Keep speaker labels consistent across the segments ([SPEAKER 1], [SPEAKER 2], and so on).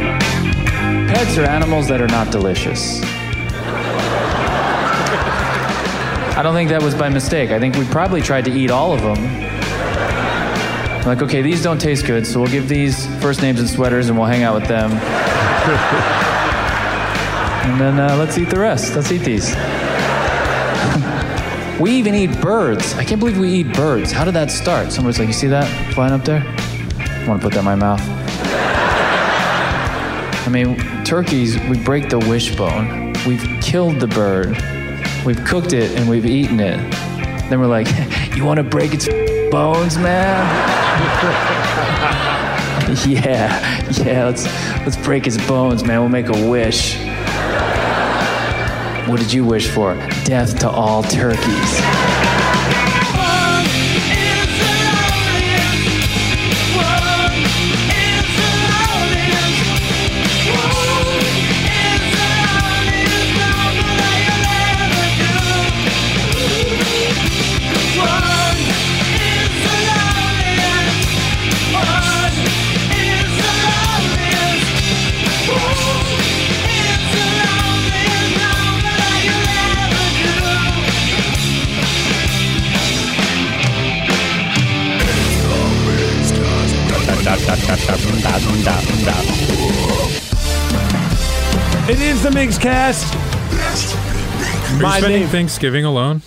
[SPEAKER 1] Pets are animals that are not delicious. I don't think that was by mistake. I think we probably tried to eat all of them. Like, okay, these don't taste good, so we'll give these first names and sweaters and we'll hang out with them. and then uh, let's eat the rest. Let's eat these. we even eat birds. I can't believe we eat birds. How did that start? Someone was like, you see that flying up there? I want to put that in my mouth. I mean, turkeys, we break the wishbone. We've killed the bird. We've cooked it and we've eaten it. Then we're like, you want to break its bones, man? yeah, yeah, let's, let's break his bones, man. We'll make a wish. What did you wish for? Death to all turkeys.
[SPEAKER 2] It is the Migs cast.
[SPEAKER 3] Are you
[SPEAKER 2] My
[SPEAKER 3] spending
[SPEAKER 2] name-
[SPEAKER 3] Thanksgiving alone?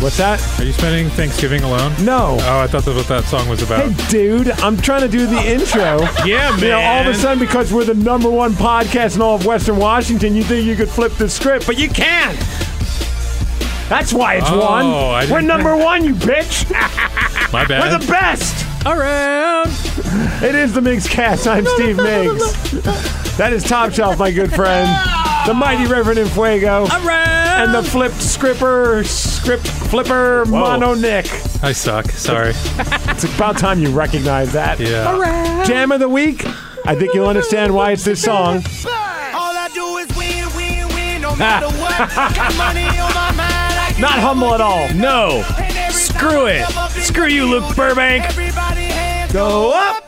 [SPEAKER 2] What's that?
[SPEAKER 3] Are you spending Thanksgiving alone?
[SPEAKER 2] No.
[SPEAKER 3] Oh, I thought that's what that song was about.
[SPEAKER 2] Hey, dude, I'm trying to do the intro.
[SPEAKER 3] Yeah, man.
[SPEAKER 2] You know, all of a sudden, because we're the number one podcast in all of Western Washington, you think you could flip the script, but you can't. That's why it's
[SPEAKER 3] Oh,
[SPEAKER 2] one.
[SPEAKER 3] I didn't-
[SPEAKER 2] We're number one, you bitch.
[SPEAKER 3] my
[SPEAKER 2] We're
[SPEAKER 3] bad.
[SPEAKER 2] the best.
[SPEAKER 3] Around.
[SPEAKER 2] It is the Migs cast. I'm Steve Miggs. That is Top Shelf, my good friend. The mighty Reverend in Fuego.
[SPEAKER 3] Around.
[SPEAKER 2] And the flipped scripper, script flipper, mono Nick.
[SPEAKER 3] I suck. Sorry.
[SPEAKER 2] It's about time you recognize that.
[SPEAKER 3] Yeah.
[SPEAKER 2] Jam of the week. I think you'll understand why it's this song.
[SPEAKER 4] All I do is win, win, win, no matter what. Got money on my mind. I can
[SPEAKER 2] Not humble at all.
[SPEAKER 5] No. Screw it. Screw you, Luke Burbank.
[SPEAKER 4] Everybody hands
[SPEAKER 2] Go up.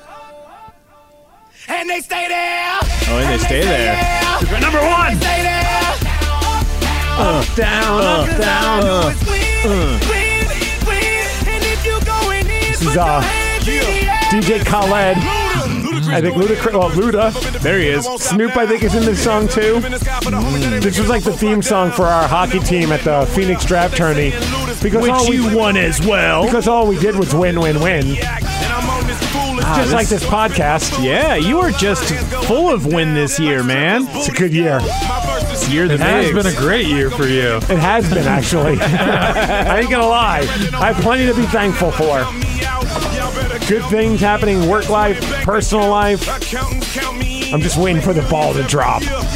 [SPEAKER 4] And they stay there.
[SPEAKER 5] Oh, and they stay there.
[SPEAKER 4] there.
[SPEAKER 2] Number one.
[SPEAKER 4] Stay there.
[SPEAKER 2] Down, up, down.
[SPEAKER 4] All I do is win, win, win. And if you going in,
[SPEAKER 2] uh. is,
[SPEAKER 4] put your
[SPEAKER 2] uh,
[SPEAKER 4] hands in the air.
[SPEAKER 2] DJ Khaled. I think Ludacris, well, Luda.
[SPEAKER 5] There he is.
[SPEAKER 2] Snoop, I think, is in this song too.
[SPEAKER 4] Mm.
[SPEAKER 2] This was like the theme song for our hockey team at the Phoenix draft tourney. Because all
[SPEAKER 5] Which
[SPEAKER 2] we,
[SPEAKER 5] you won as well.
[SPEAKER 2] Because all we did was win, win, win.
[SPEAKER 6] Ah,
[SPEAKER 2] Just like this podcast.
[SPEAKER 5] Yeah, you are just full of win this year, man.
[SPEAKER 2] It's a good year.
[SPEAKER 5] You're the
[SPEAKER 3] It has
[SPEAKER 5] Migs.
[SPEAKER 3] been a great year for you.
[SPEAKER 2] It has been, actually. I ain't gonna lie. I have plenty to be thankful for. Good things happening in work life, personal life. I'm just waiting for the ball to drop.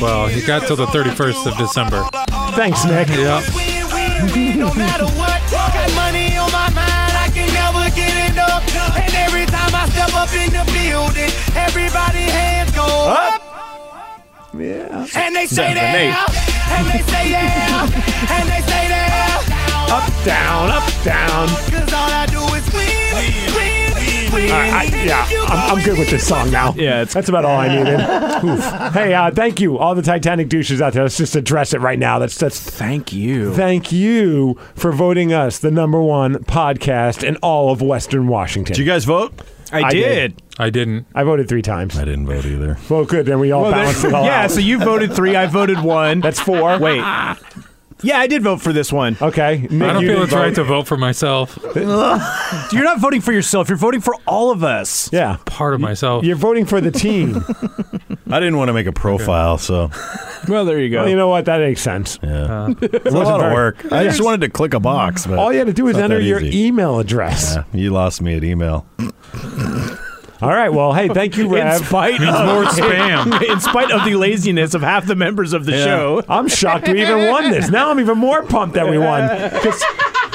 [SPEAKER 3] Well, you got till the 31st of December.
[SPEAKER 2] Thanks, Nick.
[SPEAKER 3] Yeah.
[SPEAKER 4] Win, win, win, no matter what. Got money on my mind, I can never get enough. And every time I step up in the building, everybody hands go up. Yeah. And they stay
[SPEAKER 5] Seven,
[SPEAKER 4] there.
[SPEAKER 5] eight.
[SPEAKER 4] And they stay there. and they stay there.
[SPEAKER 2] Up, down, up, down.
[SPEAKER 4] Cause all I do is win, win, win.
[SPEAKER 2] All right, I, yeah, I'm, I'm good with this song now.
[SPEAKER 5] Yeah, it's-
[SPEAKER 2] that's about all I needed. Oof. Hey, uh, thank you, all the Titanic douches out there. Let's just address it right now. That's that's
[SPEAKER 5] Thank you.
[SPEAKER 2] thank you for voting us the number one podcast in all of Western Washington.
[SPEAKER 6] Did you guys vote?
[SPEAKER 5] I
[SPEAKER 2] I
[SPEAKER 5] did.
[SPEAKER 3] I didn't.
[SPEAKER 2] I voted three times.
[SPEAKER 6] I didn't vote either.
[SPEAKER 2] Well, good. Then we all
[SPEAKER 5] Well,
[SPEAKER 2] balanced
[SPEAKER 5] there-
[SPEAKER 2] it all
[SPEAKER 5] yeah,
[SPEAKER 2] out.
[SPEAKER 5] so you voted three. I voted one.
[SPEAKER 2] That's four.
[SPEAKER 5] Wait.
[SPEAKER 6] Yeah, I did vote for this one.
[SPEAKER 2] Okay. Nick,
[SPEAKER 3] I don't
[SPEAKER 2] you
[SPEAKER 3] feel
[SPEAKER 2] didn't
[SPEAKER 3] it's right
[SPEAKER 2] vote?
[SPEAKER 3] to vote for myself.
[SPEAKER 6] You're not voting for yourself. You're voting for all of us.
[SPEAKER 2] Yeah.
[SPEAKER 3] Part of myself.
[SPEAKER 2] You're voting for the team.
[SPEAKER 7] I didn't want to make a profile, so
[SPEAKER 6] Well, there you go.
[SPEAKER 2] well, you know what? That makes sense.
[SPEAKER 7] yeah.
[SPEAKER 2] It
[SPEAKER 7] it's a lot
[SPEAKER 2] wasn't
[SPEAKER 7] of
[SPEAKER 2] very-
[SPEAKER 7] work. I just wanted to click a box, but
[SPEAKER 2] All you had to do was
[SPEAKER 7] it's not
[SPEAKER 2] enter
[SPEAKER 7] that
[SPEAKER 2] your
[SPEAKER 7] easy.
[SPEAKER 2] email address.
[SPEAKER 7] Yeah, you lost me at email.
[SPEAKER 2] All right.
[SPEAKER 6] Oh,
[SPEAKER 2] Well, hey, thank you,
[SPEAKER 6] in
[SPEAKER 2] Rev.
[SPEAKER 6] spite of
[SPEAKER 3] More spam.
[SPEAKER 6] in spite of the laziness of half the members of the show.
[SPEAKER 2] I'm shocked we even won this. Now I'm even more pumped that we won. 'Cause,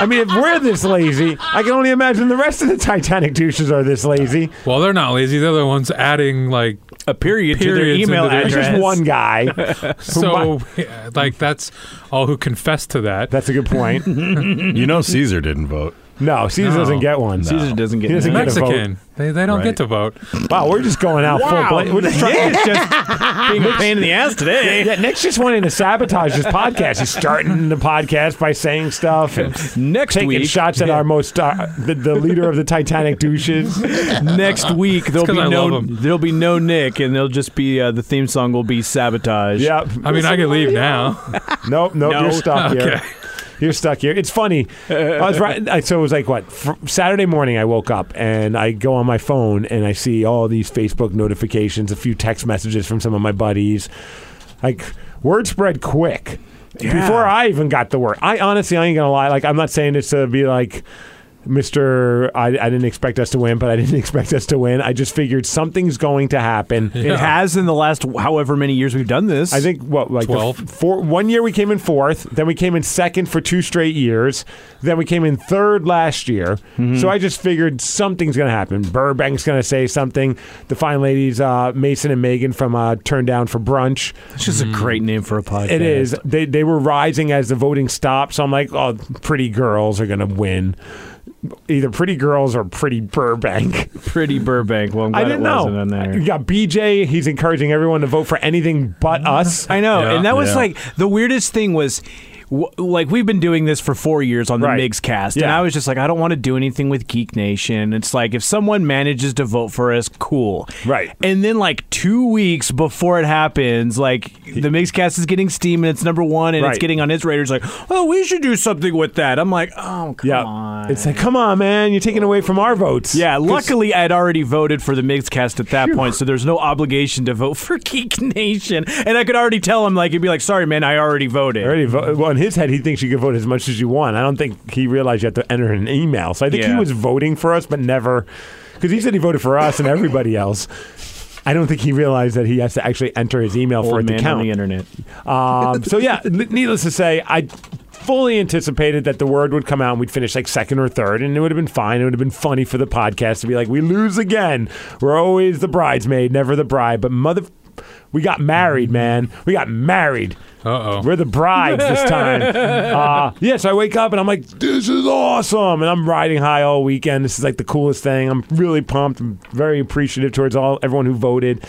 [SPEAKER 2] I mean, if we're this lazy, I can only imagine the rest of the Titanic douches are this lazy.
[SPEAKER 3] Well, they're not lazy. They're the ones adding like
[SPEAKER 6] A period to their
[SPEAKER 3] Periods
[SPEAKER 6] email
[SPEAKER 3] into their-
[SPEAKER 2] There's
[SPEAKER 6] address.
[SPEAKER 2] just one guy.
[SPEAKER 3] so. yeah, Like that's all who confess to that.
[SPEAKER 2] That's a good point.
[SPEAKER 7] You know, Caesar didn't vote.
[SPEAKER 2] No, Caesar
[SPEAKER 3] No.
[SPEAKER 2] doesn't get one.
[SPEAKER 6] Caesar doesn't get
[SPEAKER 2] He doesn't
[SPEAKER 6] none.
[SPEAKER 2] get a vote.
[SPEAKER 3] Mexican. They, they don't get to vote.
[SPEAKER 2] Wow, we're just going out full blast. We're just trying.
[SPEAKER 6] Nick's just being a pain in the ass today.
[SPEAKER 2] Yeah, Nick's just wanting to sabotage this podcast. He's starting the podcast by saying stuff and
[SPEAKER 6] Next
[SPEAKER 2] taking
[SPEAKER 6] week,
[SPEAKER 2] shots at our most uh, the, the leader of the Titanic douches.
[SPEAKER 6] next week there'll
[SPEAKER 3] 'cause
[SPEAKER 6] be
[SPEAKER 3] I love
[SPEAKER 6] no
[SPEAKER 3] 'em.
[SPEAKER 6] there'll be no Nick, and there'll just be uh, the theme song will be sabotage.
[SPEAKER 2] Yep.
[SPEAKER 3] I mean, I could leave now.
[SPEAKER 2] Nope, nope,
[SPEAKER 6] No.
[SPEAKER 2] you're stuck here. You're stuck here. It's funny. I was right. I, so it was like what fr- Saturday morning. I woke up and I go on my phone and I see all these Facebook notifications, a few text messages from some of my buddies. Like word spread quick before I even got the word. I honestly, I ain't gonna lie. Like I'm not saying this to be like. Mr. I, I didn't expect us to win, but I didn't expect us to win. I just figured something's going to happen.
[SPEAKER 6] It has in the last however many years we've done this.
[SPEAKER 2] I think what like the
[SPEAKER 3] Twelve.
[SPEAKER 2] f- four, one year we came in fourth, then we came in second for two straight years, then we came in third last year.
[SPEAKER 6] Mm-hmm.
[SPEAKER 2] So I just figured something's gonna happen. Burbank's gonna say something. The fine ladies, uh, Mason and Megan from uh, Turn Down for Brunch.
[SPEAKER 6] it's just a great name for a podcast.
[SPEAKER 2] It is they they were rising as the voting stopped. So I'm like, oh, pretty girls are gonna win. Either pretty girls or pretty Burbank.
[SPEAKER 6] pretty Burbank. Well, I'm glad
[SPEAKER 2] I didn't
[SPEAKER 6] it wasn't
[SPEAKER 2] know.
[SPEAKER 6] in
[SPEAKER 2] You
[SPEAKER 6] there.
[SPEAKER 2] got BJ. He's encouraging everyone to vote for anything but
[SPEAKER 6] Mm-hmm.
[SPEAKER 2] us.
[SPEAKER 6] I know,
[SPEAKER 3] Yeah.
[SPEAKER 6] and that was
[SPEAKER 7] Yeah.
[SPEAKER 6] like the weirdest thing was. w- Like we've been doing this for four years on the
[SPEAKER 2] Right.
[SPEAKER 6] Migs cast, and
[SPEAKER 2] Yeah.
[SPEAKER 6] I was just like, I don't want to do anything with Geek Nation. It's like if someone manages to vote for us, cool,
[SPEAKER 2] Right.
[SPEAKER 6] And then like two weeks before it happens, like the Migs cast is getting steam and it's number one, and it's
[SPEAKER 2] Right.
[SPEAKER 6] getting on its radar. It's like, oh, we should do something with that. I'm like, oh, come
[SPEAKER 2] Yeah.
[SPEAKER 6] on.
[SPEAKER 2] It's like, come on, man. You're taking away from our votes.
[SPEAKER 6] yeah, luckily I'd already voted for the Mixcast at that point, so there's no obligation to vote for Geek Nation. And I could already tell him, like, he'd be like, sorry, man, I already voted.
[SPEAKER 2] I Already vo- well, in his head, he thinks you can vote as much as you want. I don't think he realized you have to enter an email. So I think he
[SPEAKER 6] Yeah.
[SPEAKER 2] was voting for us, but never. Because he said he voted for us and everybody else. I don't think he realized that he has to actually enter his email for
[SPEAKER 6] Old
[SPEAKER 2] it
[SPEAKER 6] man
[SPEAKER 2] to count.
[SPEAKER 6] on the internet.
[SPEAKER 2] Um, so yeah, n- needless to say, I fully anticipated that the word would come out and we'd finish like second or third, and it would have been fine. It would have been funny for the podcast to be like, "We lose again. We're always the bridesmaid, never the bride." But mother, we got married, man. We got married.
[SPEAKER 3] Uh oh.
[SPEAKER 2] We're the brides this time. Uh, yeah, so I wake up and I'm like, this is awesome. And I'm riding high all weekend. This is like the coolest thing. I'm really pumped. I'm very appreciative towards all everyone who voted.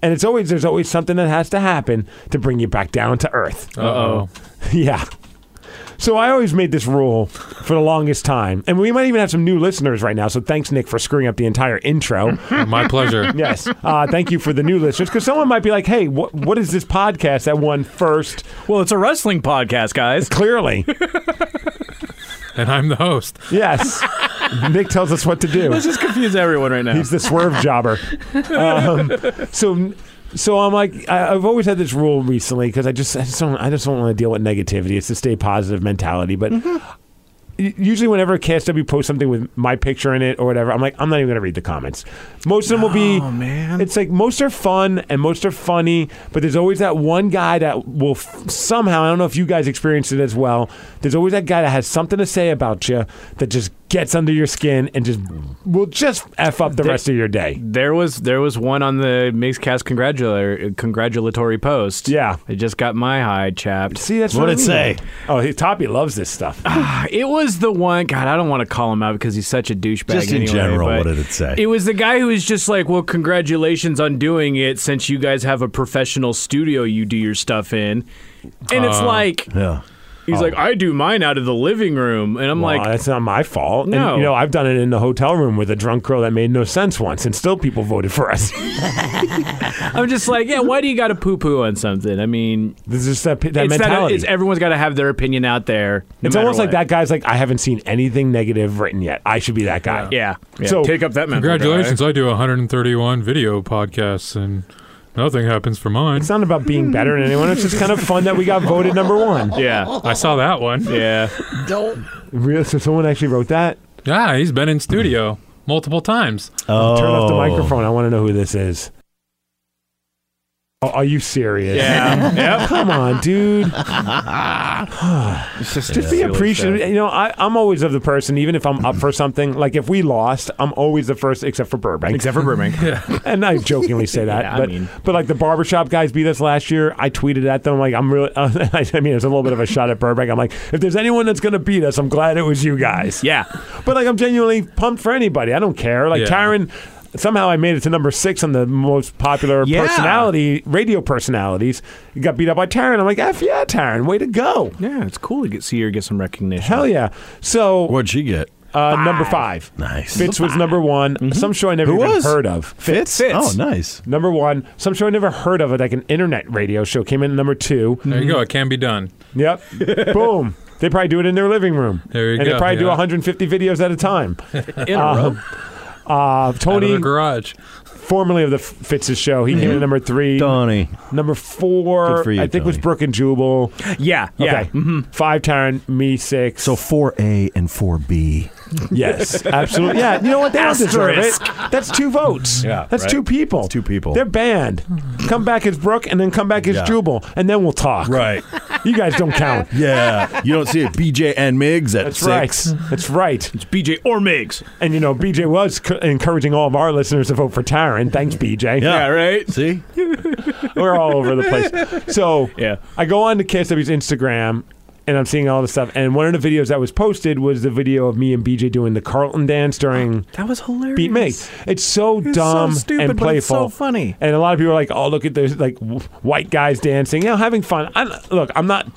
[SPEAKER 2] And it's always there's always something that has to happen to bring you back down to earth.
[SPEAKER 3] Uh oh.
[SPEAKER 2] yeah. So I always made this rule for the longest time. And we might even have some new listeners right now. So thanks, Nick, for screwing up the entire intro.
[SPEAKER 3] My pleasure.
[SPEAKER 2] Yes. Uh, thank you for the new listeners because someone might be like, hey, what, what is this podcast that won first?
[SPEAKER 6] Well, it's a wrestling podcast, guys.
[SPEAKER 2] Clearly.
[SPEAKER 3] And I'm the host.
[SPEAKER 2] Yes. Nick tells us what to do.
[SPEAKER 6] Let's just confuse everyone right now.
[SPEAKER 2] He's the swerve jobber. Um, so, so I'm like, I, I've always had this rule recently because I just, I just don't, I just don't want to deal with negativity. It's to stay positive mentality. But u- usually, whenever KSW posts something with my picture in it or whatever, I'm like, I'm not even going to read the comments. Most of them will be,
[SPEAKER 6] No, man.
[SPEAKER 2] It's like most are fun and most are funny, but there's always that one guy that will f- somehow. I don't know if you guys experienced it as well. There's always that guy that has something to say about you that just gets under your skin and just will just f up the rest of your day.
[SPEAKER 6] There was there was one on the Mixcast congratulatory congratulatory post.
[SPEAKER 2] Yeah.
[SPEAKER 6] it just got my high chapped.
[SPEAKER 2] See, that's
[SPEAKER 7] What'd
[SPEAKER 2] what I
[SPEAKER 7] it
[SPEAKER 2] mean.
[SPEAKER 7] say?
[SPEAKER 2] Oh, he, Toppy loves this stuff.
[SPEAKER 6] Ah, It was the one. God, I don't want to call him out because he's such a douchebag.
[SPEAKER 7] Just in
[SPEAKER 6] anyway,
[SPEAKER 7] general,
[SPEAKER 6] but
[SPEAKER 7] what did it say?
[SPEAKER 6] It was the guy who was just like, "Well, congratulations on doing it, since
[SPEAKER 2] Uh,
[SPEAKER 6] you guys have a professional studio you do your stuff in," and it's like,
[SPEAKER 7] Yeah.
[SPEAKER 6] He's like, I do mine out of the living room, and I'm
[SPEAKER 2] Oh. Well,
[SPEAKER 6] like,
[SPEAKER 2] that's not my fault.
[SPEAKER 6] No.
[SPEAKER 2] And, you know, I've done it in the hotel room with a drunk girl that made no sense once, and still people voted for us.
[SPEAKER 6] I'm just like, yeah. Why do you got to poo poo on something? I mean,
[SPEAKER 2] There's just that, that
[SPEAKER 6] it's that
[SPEAKER 2] mentality.
[SPEAKER 6] it's everyone's got to have their opinion out there. no
[SPEAKER 2] It's
[SPEAKER 6] matter
[SPEAKER 2] almost like
[SPEAKER 6] what.
[SPEAKER 2] that guy's like, I haven't seen anything negative written yet. I should be that guy.
[SPEAKER 6] Yeah. yeah.
[SPEAKER 2] So-
[SPEAKER 6] take up that mental
[SPEAKER 3] Congratulations, I do 131 video podcasts and nothing happens for mine.
[SPEAKER 2] It's not about being better than anyone. It's just kind of fun that we got voted number one.
[SPEAKER 6] guy. Yeah.
[SPEAKER 3] I saw that one.
[SPEAKER 6] Yeah.
[SPEAKER 2] Really? So someone actually wrote that?
[SPEAKER 3] Yeah, he's been in studio multiple times.
[SPEAKER 7] Oh.
[SPEAKER 2] Turn off the microphone. I want to know who this is. Oh, are you serious?
[SPEAKER 6] Yeah. yep.
[SPEAKER 2] Come on, dude.
[SPEAKER 6] It's just
[SPEAKER 2] Just be appreciative. You know, I, I'm always of the person, even if I'm up for something, like if we lost, I'm always the first, except for Burbank.
[SPEAKER 6] Except for Burbank.
[SPEAKER 2] and I jokingly say that,
[SPEAKER 6] Yeah, I
[SPEAKER 2] but
[SPEAKER 6] mean-
[SPEAKER 2] but like the barbershop guys beat us last year. I tweeted at them like I'm really. I mean, it's a little bit of a shot at Burbank. I'm like, if there's anyone that's gonna beat us, I'm glad it was you guys.
[SPEAKER 6] Yeah.
[SPEAKER 2] but like I'm genuinely pumped for anybody. I don't care. Like
[SPEAKER 3] Yeah.
[SPEAKER 2] Tyron. Somehow I made it to number six on the most popular
[SPEAKER 6] Yeah.
[SPEAKER 2] personality radio personalities. You got beat up by Tyron. I'm like, F yeah, Tyron, way to go.
[SPEAKER 6] Yeah. It's cool to get see her get some recognition.
[SPEAKER 2] Hell yeah. So
[SPEAKER 7] What'd she get?
[SPEAKER 2] uh, number five.
[SPEAKER 7] Nice.
[SPEAKER 2] Fitz was number one.
[SPEAKER 6] Mm-hmm.
[SPEAKER 3] Mm-hmm.
[SPEAKER 2] Some show I never
[SPEAKER 7] Who
[SPEAKER 2] even
[SPEAKER 7] was?
[SPEAKER 2] heard of.
[SPEAKER 7] Fitz? Oh, nice.
[SPEAKER 2] Number one, some show I never heard of, like an internet radio show, came in at number two.
[SPEAKER 3] There you go. It can be done.
[SPEAKER 2] Yep. Boom. They probably do it in their living room.
[SPEAKER 3] There you
[SPEAKER 2] and they
[SPEAKER 3] go,
[SPEAKER 2] probably do
[SPEAKER 3] yeah.
[SPEAKER 2] 150 videos at a time.
[SPEAKER 6] In a row.
[SPEAKER 2] Uh,
[SPEAKER 3] Out of
[SPEAKER 2] Tony,
[SPEAKER 3] the garage.
[SPEAKER 2] formerly of the F- Fitz's show, he came in at number three.
[SPEAKER 7] Mm-hmm. Donnie.
[SPEAKER 2] Number four,
[SPEAKER 7] Good for you,
[SPEAKER 2] I think was
[SPEAKER 7] Tony.
[SPEAKER 2] Brooke and Jubal.
[SPEAKER 6] Yeah. Yeah.
[SPEAKER 2] Okay.
[SPEAKER 3] Mm-hmm.
[SPEAKER 2] Five, Taryn, me, six.
[SPEAKER 7] So 4A and 4B.
[SPEAKER 2] Yes, absolutely. Yeah, you know what? They don't deserve it. That's two votes.
[SPEAKER 7] Yeah,
[SPEAKER 2] that's
[SPEAKER 7] right.
[SPEAKER 2] two people.
[SPEAKER 7] two people.
[SPEAKER 2] They're banned. Come back as Brooke, and then come back as
[SPEAKER 7] Yeah.
[SPEAKER 2] Jubal, and then we'll talk.
[SPEAKER 7] Right.
[SPEAKER 2] You guys don't count.
[SPEAKER 7] Yeah. You don't see it. BJ and Migs at
[SPEAKER 2] That's
[SPEAKER 7] six.
[SPEAKER 2] right. That's right.
[SPEAKER 6] It's BJ or Migs.
[SPEAKER 2] And you know, BJ was c- encouraging all of our listeners to vote for Tyron. Thanks, BJ.
[SPEAKER 7] Yeah.
[SPEAKER 6] right.
[SPEAKER 7] See?
[SPEAKER 2] We're all over the place. So
[SPEAKER 6] Yeah.
[SPEAKER 2] I go on to KSW's Instagram and I'm seeing all this stuff. And one of the videos that was posted was the video of me and BJ doing the Carlton dance during
[SPEAKER 6] That was hilarious.
[SPEAKER 2] Beat Me. It's so
[SPEAKER 6] It's so
[SPEAKER 2] dumb
[SPEAKER 6] stupid,
[SPEAKER 2] and
[SPEAKER 6] but
[SPEAKER 2] playful.
[SPEAKER 6] it's so funny.
[SPEAKER 2] And a lot of people are like, "Oh, look at those like w- white guys dancing, you know, having fun." I'm, look, I'm not.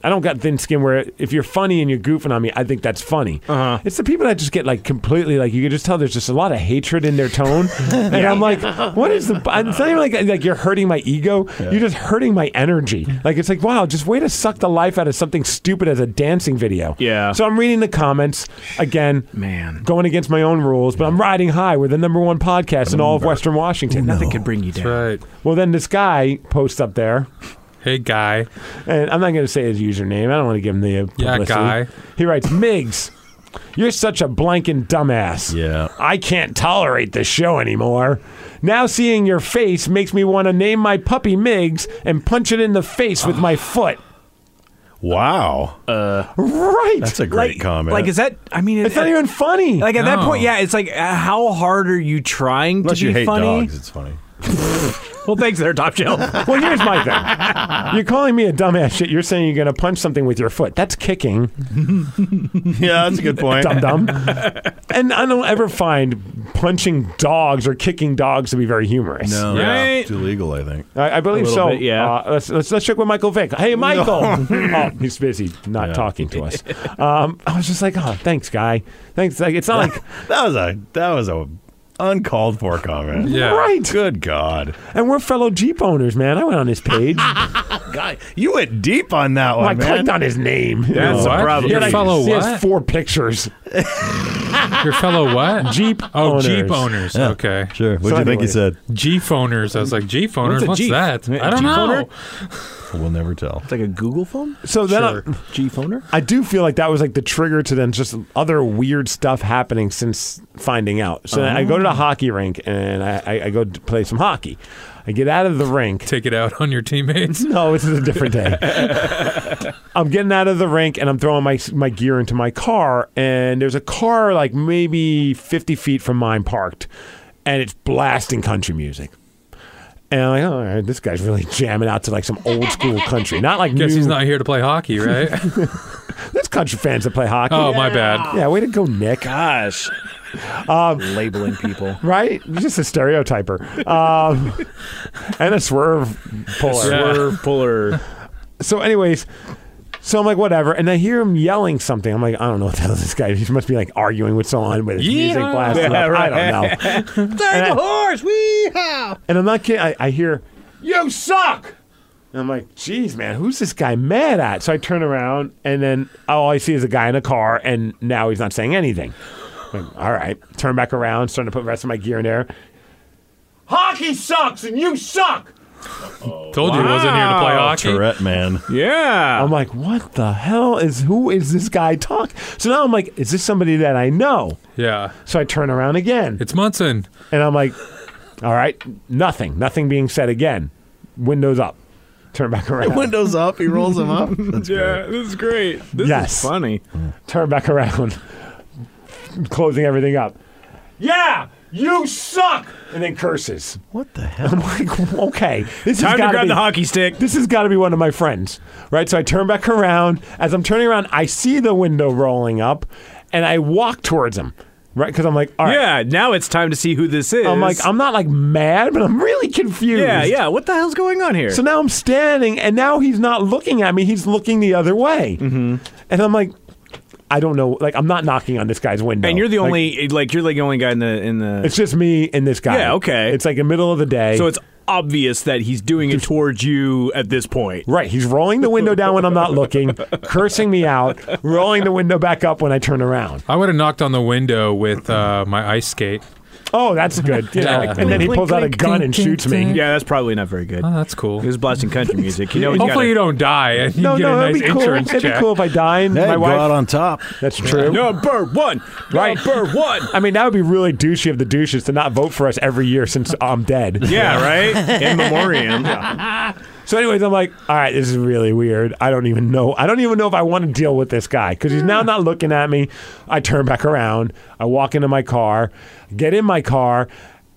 [SPEAKER 2] I don't got thin skin where if you're funny and you're goofing on me, I think that's funny. Uh-huh. It's the people that just get like completely like you can just tell there's just a lot of hatred in their tone, and I'm like, what is the? It's not even like like you're hurting my ego. You're just hurting my energy. Like it's like wow, just way to suck the life out of something stupid as a dancing video.
[SPEAKER 6] Yeah.
[SPEAKER 2] So I'm reading the comments again
[SPEAKER 6] Man.
[SPEAKER 2] going against my own rules, but I'm riding high. We're the number one podcast in all of Western Washington.
[SPEAKER 6] Nothing could bring you down.
[SPEAKER 3] Right.
[SPEAKER 2] Well, then this guy posts up there,
[SPEAKER 3] Hey, guy.
[SPEAKER 2] and I'm not going to say his username. I don't want to give him the uh,
[SPEAKER 3] Yeah,
[SPEAKER 2] publicity.
[SPEAKER 3] guy.
[SPEAKER 2] He writes, "Migs, you're such a blanking dumbass.
[SPEAKER 7] Yeah.
[SPEAKER 2] I can't tolerate this show anymore. Now seeing your face makes me want to name my puppy Migs and punch it in the face with my foot.
[SPEAKER 7] Wow.
[SPEAKER 2] Right?
[SPEAKER 7] Uh, That's a great comment.
[SPEAKER 6] Uh, Like, is that? I mean,
[SPEAKER 2] it's not even funny.
[SPEAKER 6] Like at that
[SPEAKER 3] No.
[SPEAKER 6] point, yeah, it's like, uh, how hard are you trying
[SPEAKER 7] Unless
[SPEAKER 6] to be
[SPEAKER 7] you hate
[SPEAKER 6] funny?
[SPEAKER 7] dogs, it's funny.
[SPEAKER 6] Well, thanks, there, top shelf.
[SPEAKER 2] Well, here's my thing. You're calling me a dumbass shit. You're saying you're going to punch something with your foot. That's kicking,
[SPEAKER 7] Yeah, that's a good point.
[SPEAKER 2] dum dum. and I don't ever find punching dogs or kicking dogs to be very humorous.
[SPEAKER 7] No,
[SPEAKER 6] Right?
[SPEAKER 7] it's illegal, I think.
[SPEAKER 2] I, I believe
[SPEAKER 6] A little
[SPEAKER 2] so.
[SPEAKER 6] bit, yeah.
[SPEAKER 2] Uh, let's, let's let's check with Michael Vick. Hey, Michael. oh, he's busy, not
[SPEAKER 7] Yeah.
[SPEAKER 2] talking to us. Um, I was just like, oh, thanks, guy. Thanks. Like, it's not like
[SPEAKER 7] That was a that was a uncalled for comment.
[SPEAKER 3] Yeah.
[SPEAKER 2] right.
[SPEAKER 7] Good God,
[SPEAKER 2] And we're fellow Jeep owners, man. I went on his page.
[SPEAKER 7] guy, you went deep on that
[SPEAKER 2] I
[SPEAKER 7] one, man.
[SPEAKER 2] clicked on his name.
[SPEAKER 3] That's
[SPEAKER 6] the
[SPEAKER 3] what?
[SPEAKER 6] problem.
[SPEAKER 3] Your
[SPEAKER 2] Like,
[SPEAKER 3] fellow
[SPEAKER 2] he has
[SPEAKER 3] what?
[SPEAKER 2] four pictures.
[SPEAKER 3] Your fellow what?
[SPEAKER 2] Jeep
[SPEAKER 3] Oh,
[SPEAKER 2] owners.
[SPEAKER 3] Jeep owners. Okay.
[SPEAKER 7] Sure. What'd
[SPEAKER 2] So
[SPEAKER 7] you think
[SPEAKER 2] anyway.
[SPEAKER 7] he said?
[SPEAKER 3] G phoners. I was like, G
[SPEAKER 6] What's
[SPEAKER 3] phoners?
[SPEAKER 6] a
[SPEAKER 3] What's,
[SPEAKER 6] G-
[SPEAKER 3] that?
[SPEAKER 6] a
[SPEAKER 3] I don't
[SPEAKER 6] G phoner?
[SPEAKER 3] know.
[SPEAKER 7] We'll never tell.
[SPEAKER 6] It's like a Google phone?
[SPEAKER 2] So then uh, I-
[SPEAKER 6] G phoner?
[SPEAKER 2] I do feel like that was like the trigger to then just other weird stuff happening since finding out. So then I go to the hockey rink and I, I, I go d- play some hockey. I get out of the rink.
[SPEAKER 3] Take it out on your teammates.
[SPEAKER 2] No, this is a different day. I'm getting out of the rink and I'm throwing my my gear into my car. And there's a car like maybe 50 feet from mine parked, and it's blasting country music. And I'm like, all right, this guy's really jamming out to like some old school country, not like
[SPEAKER 3] Guess
[SPEAKER 2] new.
[SPEAKER 3] he's not here to play hockey, right?
[SPEAKER 2] There's country fans that play hockey.
[SPEAKER 3] oh, my bad.
[SPEAKER 2] Yeah, way to go, Nick. Um,
[SPEAKER 6] Gosh. Labeling people.
[SPEAKER 2] right? You're Just a stereotyper. Um, and a swerve puller.
[SPEAKER 3] Yeah.
[SPEAKER 6] Swerve puller.
[SPEAKER 2] So, anyways, So I'm like, whatever. And I hear him yelling something. I'm like, I don't know what the hell this guy He must be like arguing with someone with his music
[SPEAKER 3] Yeehaw.
[SPEAKER 2] blasting.
[SPEAKER 6] Yeah,
[SPEAKER 2] up. I don't know.
[SPEAKER 6] Third horse, we have.
[SPEAKER 2] And I'm not kidding. I, I hear, you suck. And I'm like, geez, man, who's this guy mad at? So I turn around, and then all I see is a guy in a car, and now he's not saying anything. I'm like, all right. Turn back around, starting to put the rest of my gear in there. Hockey sucks, and you suck.
[SPEAKER 3] Told you he wasn't here to play hockey.
[SPEAKER 7] Tourette man.
[SPEAKER 6] Yeah.
[SPEAKER 2] I'm like, what the hell is who is this guy talking? So now I'm like, is this somebody that I know?
[SPEAKER 3] Yeah.
[SPEAKER 2] So I turn around again.
[SPEAKER 3] It's Munson.
[SPEAKER 2] And I'm like, all right, nothing, nothing being said again. Windows up. Turn back around.
[SPEAKER 7] Windows up. He rolls him up. That's
[SPEAKER 6] yeah, this is great. This
[SPEAKER 2] Yes.
[SPEAKER 6] is funny.
[SPEAKER 2] turn back around, closing everything up. Yeah, you suck, and then curses.
[SPEAKER 7] What the
[SPEAKER 2] I'm
[SPEAKER 7] hell?
[SPEAKER 2] like, okay, this has
[SPEAKER 6] Time to
[SPEAKER 2] got
[SPEAKER 6] grab
[SPEAKER 2] be,
[SPEAKER 6] the hockey stick.
[SPEAKER 2] This has got to be one of my friends, right? So I turn back around. As I'm turning around, I see the window rolling up, and I walk towards him, right? Because I'm like, all right.
[SPEAKER 6] Yeah, now it's time to see who this is.
[SPEAKER 2] I'm like, I'm not like mad, but I'm really confused.
[SPEAKER 6] Yeah, yeah. What the hell's going on here?
[SPEAKER 2] So now I'm standing, and now he's not looking at me. He's looking the other way. Mm-hmm. And I'm like, I don't know. Like, I'm not knocking on this guy's window.
[SPEAKER 6] and you're the
[SPEAKER 2] Like,
[SPEAKER 6] only, like, you're like the only guy in the in the.
[SPEAKER 2] It's just me and this guy.
[SPEAKER 6] Yeah, okay.
[SPEAKER 2] It's like the middle of the day.
[SPEAKER 6] so it's obvious that he's doing it towards you at this point.
[SPEAKER 2] right. He's rolling the window down when I'm not looking, cursing me out, rolling the window back up when I turn around.
[SPEAKER 3] I would have knocked on the window with uh, my ice skate.
[SPEAKER 2] Oh, that's good. You know,
[SPEAKER 3] Yeah.
[SPEAKER 2] And then he pulls out a gun and shoots me.
[SPEAKER 6] Yeah, that's probably not very good.
[SPEAKER 3] Oh, that's cool.
[SPEAKER 6] He was blasting country music. You know, he's
[SPEAKER 3] Hopefully you
[SPEAKER 6] got
[SPEAKER 3] don't die and you
[SPEAKER 2] No,
[SPEAKER 3] get
[SPEAKER 2] no,
[SPEAKER 3] a
[SPEAKER 2] that'd
[SPEAKER 3] nice
[SPEAKER 2] be cool.
[SPEAKER 3] insurance
[SPEAKER 2] That'd be
[SPEAKER 3] check.
[SPEAKER 2] cool if I die and
[SPEAKER 7] Hey,
[SPEAKER 2] my
[SPEAKER 7] go
[SPEAKER 2] wife.
[SPEAKER 7] out on top.
[SPEAKER 2] that's true.
[SPEAKER 6] number one,
[SPEAKER 2] Right.
[SPEAKER 6] number one.
[SPEAKER 2] I mean, that would be really douchey of the douches to not vote for us every year since I'm dead.
[SPEAKER 6] Yeah, right. In memoriam.
[SPEAKER 2] So, anyways, I'm like, all right, this is really weird. I don't even know. I don't even know if I want to deal with this guy because he's now not looking at me. I turn back around. I walk into my car, get in my car,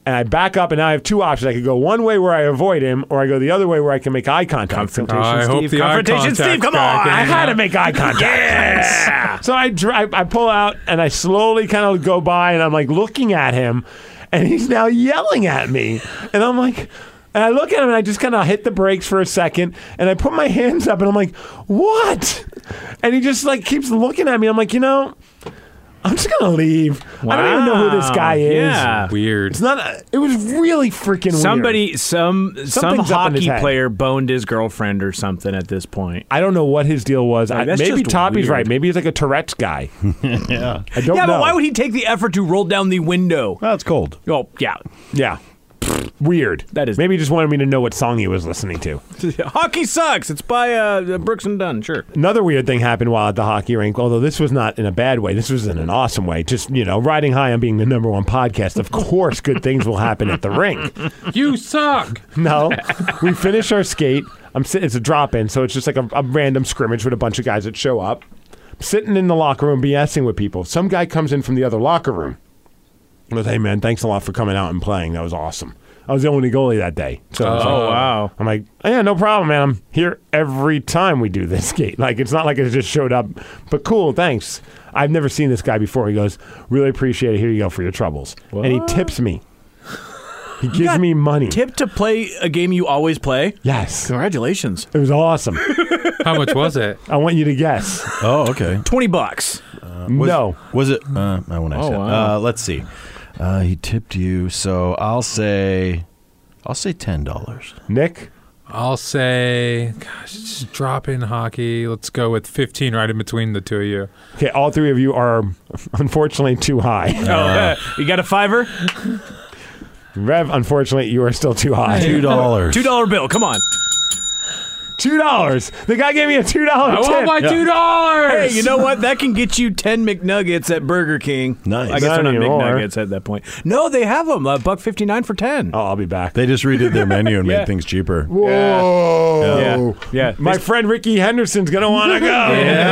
[SPEAKER 2] and I back up. And now I have two options. I could go one way where I avoid him, or I go the other way where I can make eye contact. So
[SPEAKER 3] I hope the eye
[SPEAKER 6] Confrontation, Steve,
[SPEAKER 3] contact
[SPEAKER 6] come
[SPEAKER 3] guy
[SPEAKER 6] on.
[SPEAKER 3] can-
[SPEAKER 2] I had to make eye contact. yeah. So I, dri- I I pull out and I slowly kind of go by and I'm like looking at him, and he's now yelling at me, and I'm like. And I look at him and I just kind of hit the brakes for a second and I put my hands up and I'm like, what? And he just like keeps looking at me. I'm like, you know, I'm just going to leave. I don't even know who this
[SPEAKER 6] Wow.
[SPEAKER 2] guy is.
[SPEAKER 6] Yeah.
[SPEAKER 3] Weird.
[SPEAKER 2] It's not, a, it was really freaking weird.
[SPEAKER 6] Somebody, some some
[SPEAKER 2] Something's up in
[SPEAKER 6] hockey
[SPEAKER 2] his head.
[SPEAKER 6] player boned his girlfriend or something at this point.
[SPEAKER 2] I don't know what his deal was. I,
[SPEAKER 6] that's
[SPEAKER 2] maybe
[SPEAKER 6] just
[SPEAKER 2] Toppy's
[SPEAKER 6] weird.
[SPEAKER 2] right. Maybe he's like a Tourette's guy. yeah. I don't
[SPEAKER 6] Yeah,
[SPEAKER 2] know.
[SPEAKER 6] but why would he take the effort to roll down the window?
[SPEAKER 7] Well, it's cold.
[SPEAKER 6] Oh, yeah.
[SPEAKER 2] Yeah. Weird.
[SPEAKER 6] That is-
[SPEAKER 2] Maybe he just wanted me to know what song he was listening to.
[SPEAKER 6] Hockey sucks. It's by uh, Brooks and Dunn, sure.
[SPEAKER 2] Another weird thing happened while at the hockey rink, although this was not in a bad way. This was in an awesome way. Just, you know, riding high on being the number one podcast. Of course, good things will happen at the rink.
[SPEAKER 3] You suck.
[SPEAKER 2] No. We finish our skate. I'm sitting, it's a drop in, so it's just like a, a random scrimmage with a bunch of guys that show up. Sitting in the locker room, BSing with people. Some guy comes in from the other locker room. He goes, Hey, man, thanks a lot for coming out and playing. That was awesome. I was the only goalie that day. So it was like-
[SPEAKER 6] Oh, wow.
[SPEAKER 2] I'm like, yeah, no problem, man. I'm here every time we do this skate. Like, it's not like it just showed up, but cool, thanks. I've never seen this guy before. He goes, really appreciate it. Here you go for your troubles. And he tips me. He gives
[SPEAKER 6] got
[SPEAKER 2] me money.
[SPEAKER 6] Tip to play a game you always play?
[SPEAKER 2] yes.
[SPEAKER 6] Congratulations.
[SPEAKER 2] It was awesome.
[SPEAKER 3] How much was it?
[SPEAKER 2] I want you to guess.
[SPEAKER 7] Oh, okay. Uh,
[SPEAKER 6] 20 bucks.
[SPEAKER 7] Was,
[SPEAKER 2] no.
[SPEAKER 7] Was it? Uh, I won't ask
[SPEAKER 6] Oh,
[SPEAKER 7] that.
[SPEAKER 6] wow.
[SPEAKER 7] Uh, let's see. Uh, he tipped you, so I'll say, I'll say ten dollars.
[SPEAKER 2] Nick?
[SPEAKER 3] I'll say, gosh, just drop in hockey. Let's go with 15 right in between the two of you.
[SPEAKER 2] Okay, all three of you are unfortunately too high.
[SPEAKER 6] Oh, uh, you got a fiver?
[SPEAKER 2] Rev, unfortunately, you are still too high.
[SPEAKER 7] Two dollars.
[SPEAKER 6] $2 bill. Come on.
[SPEAKER 2] Two dollars. The guy gave me a two dollar
[SPEAKER 3] I
[SPEAKER 2] tip.
[SPEAKER 3] want my two dollars.
[SPEAKER 6] Hey, you know what? That can get you 10 McNuggets at Burger King.
[SPEAKER 7] Nice.
[SPEAKER 6] I guess they're
[SPEAKER 2] Not
[SPEAKER 6] not
[SPEAKER 2] anymore.
[SPEAKER 6] McNuggets at that point. No, they have them. Uh, buck 59 for 10.
[SPEAKER 2] oh, I'll be back.
[SPEAKER 7] They just redid their menu and
[SPEAKER 6] Yeah.
[SPEAKER 7] made things cheaper.
[SPEAKER 2] Whoa.
[SPEAKER 6] Yeah. Yeah.
[SPEAKER 2] My friend Ricky Henderson's gonna want to go.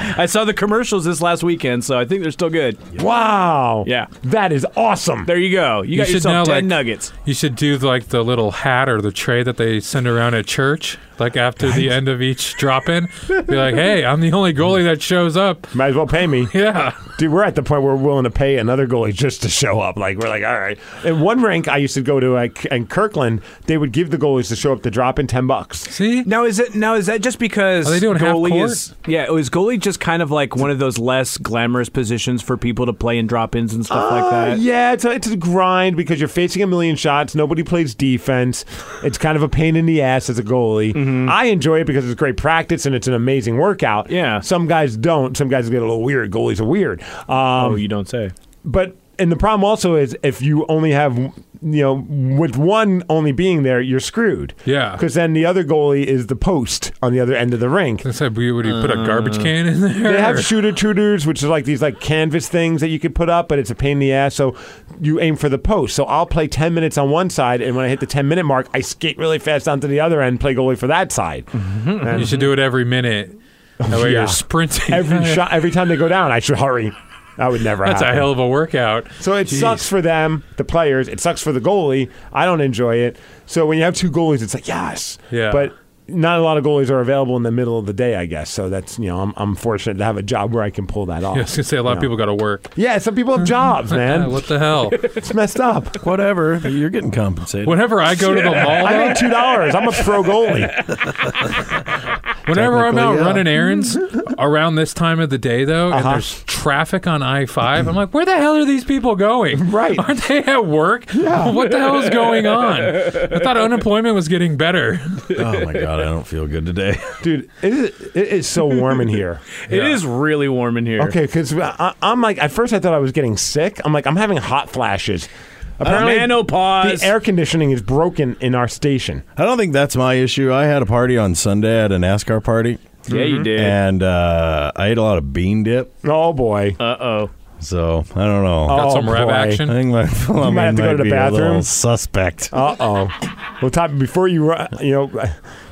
[SPEAKER 6] Oh, I saw the commercials this last weekend, so I think they're still good.
[SPEAKER 2] Wow.
[SPEAKER 6] Yeah.
[SPEAKER 2] That is awesome.
[SPEAKER 6] There you go. You, got
[SPEAKER 3] should
[SPEAKER 6] yourself 10
[SPEAKER 3] now, like-
[SPEAKER 6] nuggets.
[SPEAKER 3] You should do like the little hat or the tray that they send around at church. Like after the end of each drop in, be like, hey, I'm the only goalie that shows up.
[SPEAKER 2] Might as well pay me.
[SPEAKER 3] Yeah.
[SPEAKER 2] Dude, we're at the point where we're willing to pay another goalie just to show up. Like, we're like, all right. In one rank I used to go to, like, in Kirkland, they would give the goalies to show up to drop in 10 bucks.
[SPEAKER 3] See?
[SPEAKER 6] Now is it now is that just because
[SPEAKER 3] Are they doing half
[SPEAKER 6] goalie
[SPEAKER 3] court?
[SPEAKER 6] is yeah is goalie just kind of like one of those less glamorous positions for people to play in drop ins and stuff like
[SPEAKER 2] Uh,
[SPEAKER 6] that?
[SPEAKER 2] yeah, it's a, it's a grind because you're facing a million shots. Nobody plays defense. It's kind of a pain in the ass as a goalie.
[SPEAKER 6] Mm-hmm.
[SPEAKER 2] I enjoy it because it's great practice and it's an amazing workout.
[SPEAKER 6] Yeah.
[SPEAKER 2] Some guys don't. Some guys get a little weird. Goalies are weird. Um,
[SPEAKER 6] oh, you don't say.
[SPEAKER 2] but and the problem also is if you only have you know with one only being there you're screwed
[SPEAKER 3] Yeah.
[SPEAKER 2] because then the other goalie is the post on the other end of the rink
[SPEAKER 3] I said, we would you put a garbage
[SPEAKER 6] Uh,
[SPEAKER 3] can in there?
[SPEAKER 2] Uh, they have
[SPEAKER 3] Or-
[SPEAKER 2] shooter tutors which is like these like canvas things that you could put up but it's a pain in the ass so you aim for the post so i'll play 10 minutes on one side and when i hit the 10 minute mark i skate really fast onto the other end play goalie for that side
[SPEAKER 3] you should do it every minute. That way
[SPEAKER 2] Oh, Yeah.
[SPEAKER 3] you're sprinting.
[SPEAKER 2] every shot every time they go down i should hurry that would never
[SPEAKER 3] That's a
[SPEAKER 2] happen.
[SPEAKER 3] hell of a workout.
[SPEAKER 2] So it
[SPEAKER 3] Jeez.
[SPEAKER 2] sucks for them, the players. It sucks for the goalie. I don't enjoy it. So when you have two goalies, it's like yes,
[SPEAKER 3] Yeah.
[SPEAKER 2] But not a lot of goalies are available in the middle of the day, I guess. So that's you know I'm, I'm fortunate to have a job where I can pull that off.
[SPEAKER 3] Yeah, I was gonna say a lot of
[SPEAKER 2] You know.
[SPEAKER 3] people got to work.
[SPEAKER 2] Yeah, some people have jobs,
[SPEAKER 3] Yeah,
[SPEAKER 2] man.
[SPEAKER 3] what the hell?
[SPEAKER 2] it's messed up.
[SPEAKER 7] Whatever. You're getting compensated.
[SPEAKER 3] Whenever I go to the mall,
[SPEAKER 2] I made two dollars. I'm a pro goalie.
[SPEAKER 3] Whenever I'm out
[SPEAKER 7] Technically, yeah.
[SPEAKER 3] running errands around this time of the day, though,
[SPEAKER 2] Uh-huh.
[SPEAKER 3] and there's traffic on I 5, I'm like, where the hell are these people going?
[SPEAKER 2] Right.
[SPEAKER 3] Aren't they at work? What the hell is going on? I thought unemployment was getting better.
[SPEAKER 7] oh my god, I don't feel good today.
[SPEAKER 2] Dude, it is, it is so warm in here.
[SPEAKER 3] Yeah.
[SPEAKER 6] It is really warm in here.
[SPEAKER 2] Okay, because I'm like, at first I thought I was getting sick. I'm like, I'm having hot flashes. Apparently,
[SPEAKER 6] Uh, Menopause.
[SPEAKER 2] the air conditioning is broken in our station.
[SPEAKER 7] I don't think that's my issue. I had a party on Sunday at a NASCAR party,
[SPEAKER 6] yeah, you did.
[SPEAKER 7] and uh, I ate a lot of bean dip.
[SPEAKER 2] Mm-hmm. Oh boy.
[SPEAKER 6] Uh oh.
[SPEAKER 7] So I don't know.
[SPEAKER 3] Got
[SPEAKER 2] Oh,
[SPEAKER 3] some rev
[SPEAKER 2] boy.
[SPEAKER 7] I
[SPEAKER 3] action.
[SPEAKER 7] think my plumbing
[SPEAKER 2] might have to go to the
[SPEAKER 7] be a little
[SPEAKER 2] bathroom.
[SPEAKER 7] Suspect.
[SPEAKER 2] Uh oh. Well, Todd, before you run, you know,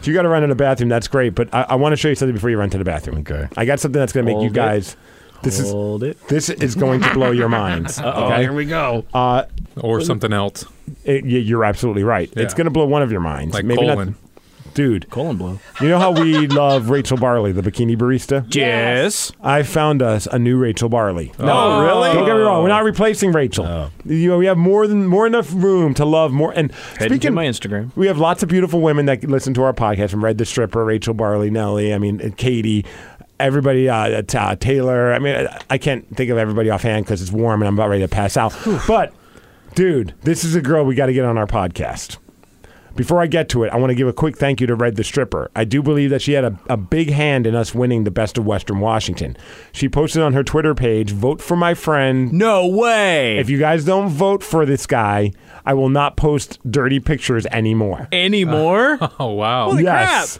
[SPEAKER 2] if you got to run to the bathroom, that's great. But I, I want to show you something before you run to the bathroom.
[SPEAKER 7] Okay.
[SPEAKER 2] I got something that's going to make you
[SPEAKER 6] Hold it.
[SPEAKER 2] guys. This is
[SPEAKER 6] Hold it.
[SPEAKER 2] this is going to blow your minds. okay.
[SPEAKER 6] we go.
[SPEAKER 2] Uh,
[SPEAKER 3] Or something else.
[SPEAKER 2] it, y- you're absolutely right. It's
[SPEAKER 3] Yeah.
[SPEAKER 2] going to blow one of your minds.
[SPEAKER 3] Like
[SPEAKER 2] Maybe
[SPEAKER 3] colon.
[SPEAKER 2] not, dude.
[SPEAKER 6] Colon blow.
[SPEAKER 2] You know how we love Rachel Barley, the bikini barista.
[SPEAKER 6] Yes.
[SPEAKER 2] I found us a new Rachel Barley. No,
[SPEAKER 6] Oh, really?
[SPEAKER 2] Don't get me wrong. We're not replacing Rachel. You know, we have more than more enough room to love more. And
[SPEAKER 6] Head
[SPEAKER 2] speaking
[SPEAKER 6] to my Instagram.
[SPEAKER 2] We have lots of beautiful women that listen to our podcast from Red the Stripper, Rachel Barley, Nelly, I mean, uh, Katie, everybody, uh, t- uh, Taylor. I mean, I- I can't think of everybody offhand because it's warm and I'm about ready to pass out. but, dude, this is a girl we got to get on our podcast. Before I get to it, I want to give a quick thank you to Red the Stripper. I do believe that she had a, a big hand in us winning the Best of Western Washington. She posted on her Twitter page, Vote for my friend
[SPEAKER 6] No way.
[SPEAKER 2] if you guys don't vote for this guy, I will not post dirty pictures anymore.
[SPEAKER 6] Any more?
[SPEAKER 3] Oh, wow.
[SPEAKER 2] yes.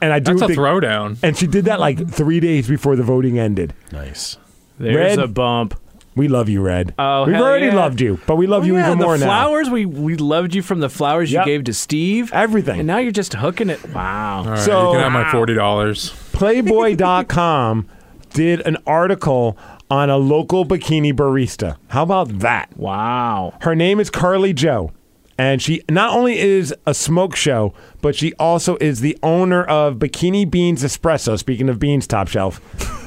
[SPEAKER 2] And I do
[SPEAKER 3] That's a
[SPEAKER 2] think-
[SPEAKER 3] throwdown.
[SPEAKER 2] And she did that like three days before the voting ended.
[SPEAKER 7] Nice.
[SPEAKER 6] There's
[SPEAKER 2] Red.
[SPEAKER 6] a bump.
[SPEAKER 2] We love you, Red.
[SPEAKER 6] Oh,
[SPEAKER 2] We've
[SPEAKER 6] hell
[SPEAKER 2] already
[SPEAKER 6] yeah.
[SPEAKER 2] loved you, but we love you
[SPEAKER 6] Oh, yeah,
[SPEAKER 2] even
[SPEAKER 6] the
[SPEAKER 2] more now.
[SPEAKER 6] flowers. We we loved you from the flowers
[SPEAKER 2] Yep.
[SPEAKER 6] you gave to Steve.
[SPEAKER 2] Everything.
[SPEAKER 6] And now you're just hooking it. Wow.
[SPEAKER 3] All right,
[SPEAKER 2] So-
[SPEAKER 3] you can have my $40.
[SPEAKER 2] Playboy.com did an article on a local bikini barista. How about that?
[SPEAKER 6] Wow.
[SPEAKER 2] Her name is Carly Joe, and she not only is a smoke show, but she also is the owner of Bikini Beans Espresso. Speaking of beans, top shelf,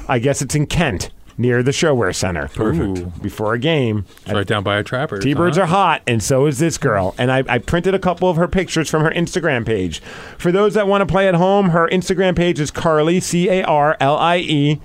[SPEAKER 2] I guess it's in Kent near the Showwear Center. Perfect. before a game,
[SPEAKER 3] It's right down by a trapper.
[SPEAKER 2] T birds are hot, and so is this girl. And I, I printed a couple of her pictures from her Instagram page. For those that want to play at home, her Instagram page is Carly C A R L I E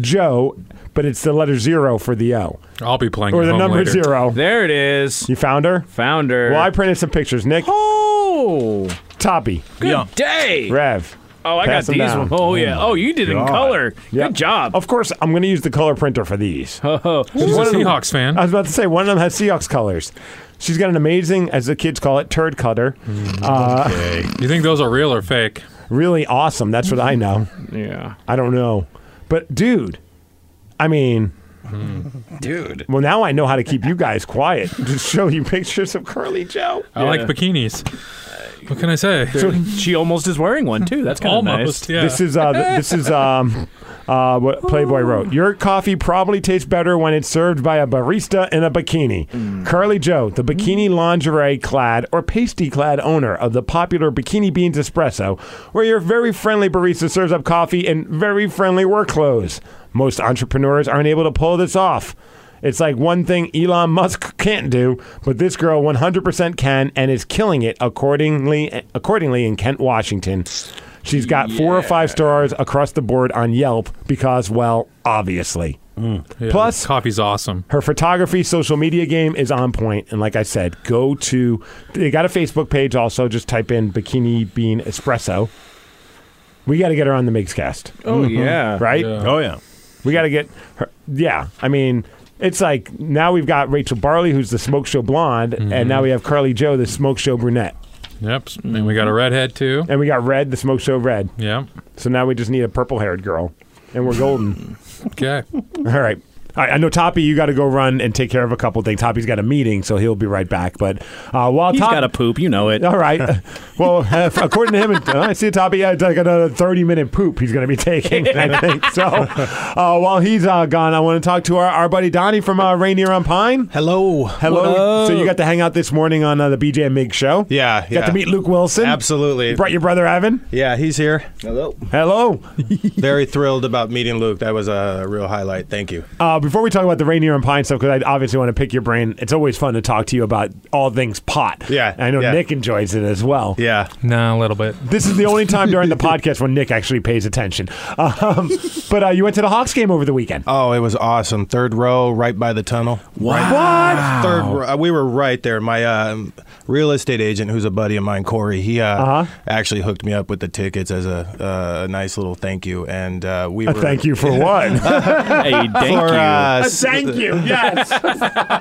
[SPEAKER 2] Joe, but it's the letter zero for the O
[SPEAKER 3] I'll be playing
[SPEAKER 2] or
[SPEAKER 3] at
[SPEAKER 2] the
[SPEAKER 3] home
[SPEAKER 2] number
[SPEAKER 3] later.
[SPEAKER 2] zero.
[SPEAKER 6] There it is.
[SPEAKER 2] You found her.
[SPEAKER 6] Found her.
[SPEAKER 2] Well, I printed some pictures. Nick,
[SPEAKER 6] oh.
[SPEAKER 2] Toppy,
[SPEAKER 6] Good day.
[SPEAKER 2] Rev.
[SPEAKER 6] Oh, I
[SPEAKER 2] Pass
[SPEAKER 6] got
[SPEAKER 2] them
[SPEAKER 6] these.
[SPEAKER 2] down.
[SPEAKER 6] One. Oh, yeah. Oh, you did it in
[SPEAKER 2] God.
[SPEAKER 6] color.
[SPEAKER 2] Yep.
[SPEAKER 6] Good job.
[SPEAKER 2] Of course, I'm going to use the color printer for these.
[SPEAKER 6] Oh,
[SPEAKER 3] She's a
[SPEAKER 2] One of them-
[SPEAKER 3] Seahawks fan.
[SPEAKER 2] I was about to say one of them has Seahawks colors. She's got an amazing, as the kids call it, turd cutter.
[SPEAKER 6] Mm,
[SPEAKER 2] Uh,
[SPEAKER 3] you think those are real or fake?
[SPEAKER 2] really awesome. That's what I know.
[SPEAKER 6] yeah.
[SPEAKER 2] I don't know, but dude, I mean,
[SPEAKER 6] Hmm.
[SPEAKER 2] dude. Well, now I know how to keep you guys quiet. Just show you pictures of Curly Joe.
[SPEAKER 3] I like
[SPEAKER 6] Yeah.
[SPEAKER 3] bikinis. What can I say?
[SPEAKER 6] she almost is wearing one too. That's kind of nice.
[SPEAKER 3] Almost. Yeah.
[SPEAKER 2] This is uh, th- this is um, uh, what Playboy wrote. Your coffee probably tastes better when it's served by a barista in a bikini.
[SPEAKER 6] Mm.
[SPEAKER 2] Curly Joe, the bikini lingerie clad or pasty clad owner of the popular Bikini Beans Espresso, where your very friendly barista serves up coffee in very friendly work clothes. Most entrepreneurs aren't able to pull this off. It's like one thing Elon Musk can't do, but this girl 100% can and is killing it accordingly accordingly in Kent, Washington. She's got four or five stars across the board on Yelp because well, obviously.
[SPEAKER 7] Hmm.
[SPEAKER 3] Yeah,
[SPEAKER 2] Plus-
[SPEAKER 3] coffee's awesome.
[SPEAKER 2] Her photography, social media game is on point, and like I said, go to they got a Facebook page also, just type in bikini bean espresso. We got to get her on the Mixcast,
[SPEAKER 6] Oh yeah.
[SPEAKER 2] Mm-hmm. right?
[SPEAKER 7] Oh yeah.
[SPEAKER 2] We got to get her. Yeah, I mean, it's like now we've got Rachel Barley, who's the smoke show blonde, and
[SPEAKER 6] Mm-hmm.
[SPEAKER 2] now we have Curly Joe, the smoke show brunette,
[SPEAKER 3] Yep. And we got
[SPEAKER 6] Mm-hmm.
[SPEAKER 3] a redhead too.
[SPEAKER 2] and we got Red, the smoke show red.
[SPEAKER 3] Yep.
[SPEAKER 2] So now we just need a purple haired girl, and we're golden.
[SPEAKER 3] Okay.
[SPEAKER 2] All right. All right, I know Toppy, you got to go run and take care of a couple things. Toppy's got a meeting, so he'll be right back. But uh, while
[SPEAKER 6] He's
[SPEAKER 2] Top-
[SPEAKER 6] got a poop. You know it.
[SPEAKER 2] All right. Well, uh, according to him, uh, I see a topic. Yeah, it's like another 30 minute poop he's going to be taking, I think. So uh, while he's uh, gone, I want to talk to our, our buddy Donnie from uh, Rainier on Pine.
[SPEAKER 8] Hello.
[SPEAKER 2] Hello. So you got to hang out this morning on uh, the BJ and Mig show.
[SPEAKER 8] Yeah,
[SPEAKER 2] Got
[SPEAKER 8] yeah.
[SPEAKER 2] to meet Luke Wilson.
[SPEAKER 8] Absolutely.
[SPEAKER 2] You brought your brother Evan.
[SPEAKER 8] Yeah, he's here. Hello.
[SPEAKER 2] Hello.
[SPEAKER 8] Very thrilled about meeting Luke. That was a real highlight. Thank you.
[SPEAKER 2] Uh, before we talk about the Rainier and Pine stuff, because I obviously want to pick your brain. It's always fun to talk to you about all things pot.
[SPEAKER 8] Yeah,
[SPEAKER 2] I know
[SPEAKER 8] yeah.
[SPEAKER 2] Nick enjoys it as well.
[SPEAKER 8] Yeah.
[SPEAKER 3] nah, a little bit.
[SPEAKER 2] This is the only time during the podcast when Nick actually pays attention. Um, but uh, you went to the Hawks game over the weekend.
[SPEAKER 8] Oh, it was awesome. Third row, right by the tunnel. What? Third row. We were right there. My uh, real estate agent, who's a buddy of mine, Corey, he uh,
[SPEAKER 2] Uh-huh.
[SPEAKER 8] actually hooked me up with the tickets as a, uh, a nice little thank you. And uh, we were.
[SPEAKER 2] Thank you for what?
[SPEAKER 6] Hey, thank
[SPEAKER 8] For,
[SPEAKER 6] you.
[SPEAKER 8] uh, s-
[SPEAKER 2] Thank you. Yes.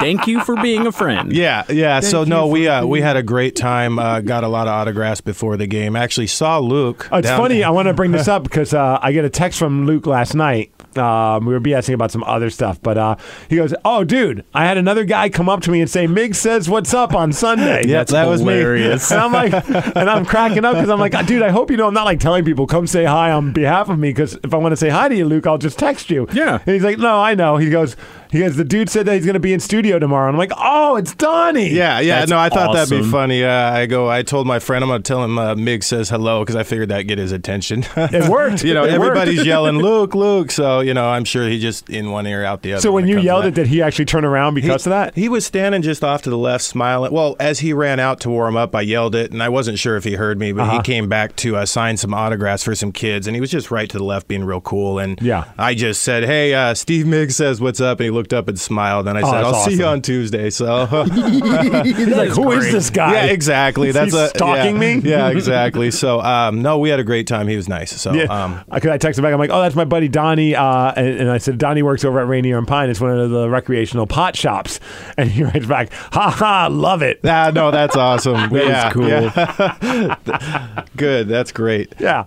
[SPEAKER 6] thank you for being a friend.
[SPEAKER 8] Yeah, yeah. so no, we uh, we had a great time. Uh, got a lot of autographs before the game. Actually, saw Luke.
[SPEAKER 2] Oh, It's
[SPEAKER 8] down-
[SPEAKER 2] funny. I want to bring this up because uh, I get a text from Luke last night. Um, we were BSing about some other stuff, but uh, he goes, "Oh, dude, I had another guy come up to me and say, Mig says what's up on Sunday.'
[SPEAKER 8] Yeah,
[SPEAKER 6] That's
[SPEAKER 8] that was me.
[SPEAKER 6] hilarious.
[SPEAKER 2] And I'm like, and I'm cracking up because I'm like, dude, I hope you know I'm not like telling people come say hi on behalf of me because if I want to say hi to you, Luke, I'll just text you.
[SPEAKER 6] Yeah.
[SPEAKER 2] And he's like, no, I know. He goes, he goes, the dude said that he's going to be in studio tomorrow. And I'm like, oh, it's Donnie.
[SPEAKER 8] Yeah, yeah.
[SPEAKER 6] That's
[SPEAKER 8] no, I thought that'd be
[SPEAKER 6] awesome.
[SPEAKER 8] funny. Uh, I go. I told my friend I'm gonna tell him uh, Mig says hello because I figured that'd get his attention.
[SPEAKER 2] It worked.
[SPEAKER 8] you know,
[SPEAKER 2] It worked.
[SPEAKER 8] everybody's yelling Luke, Luke. So you know, I'm sure he just in one ear out the other.
[SPEAKER 2] So when
[SPEAKER 8] it
[SPEAKER 2] you
[SPEAKER 8] comes
[SPEAKER 2] yelled
[SPEAKER 8] to
[SPEAKER 2] it, did he actually turn around
[SPEAKER 8] He-
[SPEAKER 2] because of that?
[SPEAKER 8] He was standing just off to the left, smiling. Well, as he ran out to warm up, I yelled it, and I wasn't sure if he heard me, but
[SPEAKER 2] Uh-huh.
[SPEAKER 8] he came back to uh, sign some autographs for some kids, and he was just right to the left, being real cool. And
[SPEAKER 2] Yeah.
[SPEAKER 8] I just said, "Hey, uh, Steve Miggs says what's up," and he looked up and smiled, and I said, "I'll
[SPEAKER 2] Oh, that's
[SPEAKER 8] see you
[SPEAKER 2] awesome.
[SPEAKER 8] on Tuesday." So.
[SPEAKER 2] He's like, who is this guy?
[SPEAKER 8] Yeah, exactly.
[SPEAKER 2] Is
[SPEAKER 8] That's
[SPEAKER 2] he
[SPEAKER 8] a,
[SPEAKER 2] stalking
[SPEAKER 8] yeah.
[SPEAKER 2] me?
[SPEAKER 8] Yeah, exactly. So, um, no, we had a great time. He was nice. So,
[SPEAKER 2] Yeah.
[SPEAKER 8] um,
[SPEAKER 2] I could I text him back? I'm like, oh, that's my buddy Donnie. Uh, and, and I said, Donnie works over at Rainier and Pine. It's one of the recreational pot shops. And he writes back, ha ha, love it.
[SPEAKER 8] ah, no, that's awesome.
[SPEAKER 6] That
[SPEAKER 8] yeah,
[SPEAKER 6] was cool.
[SPEAKER 8] yeah. good. That's great.
[SPEAKER 2] Yeah.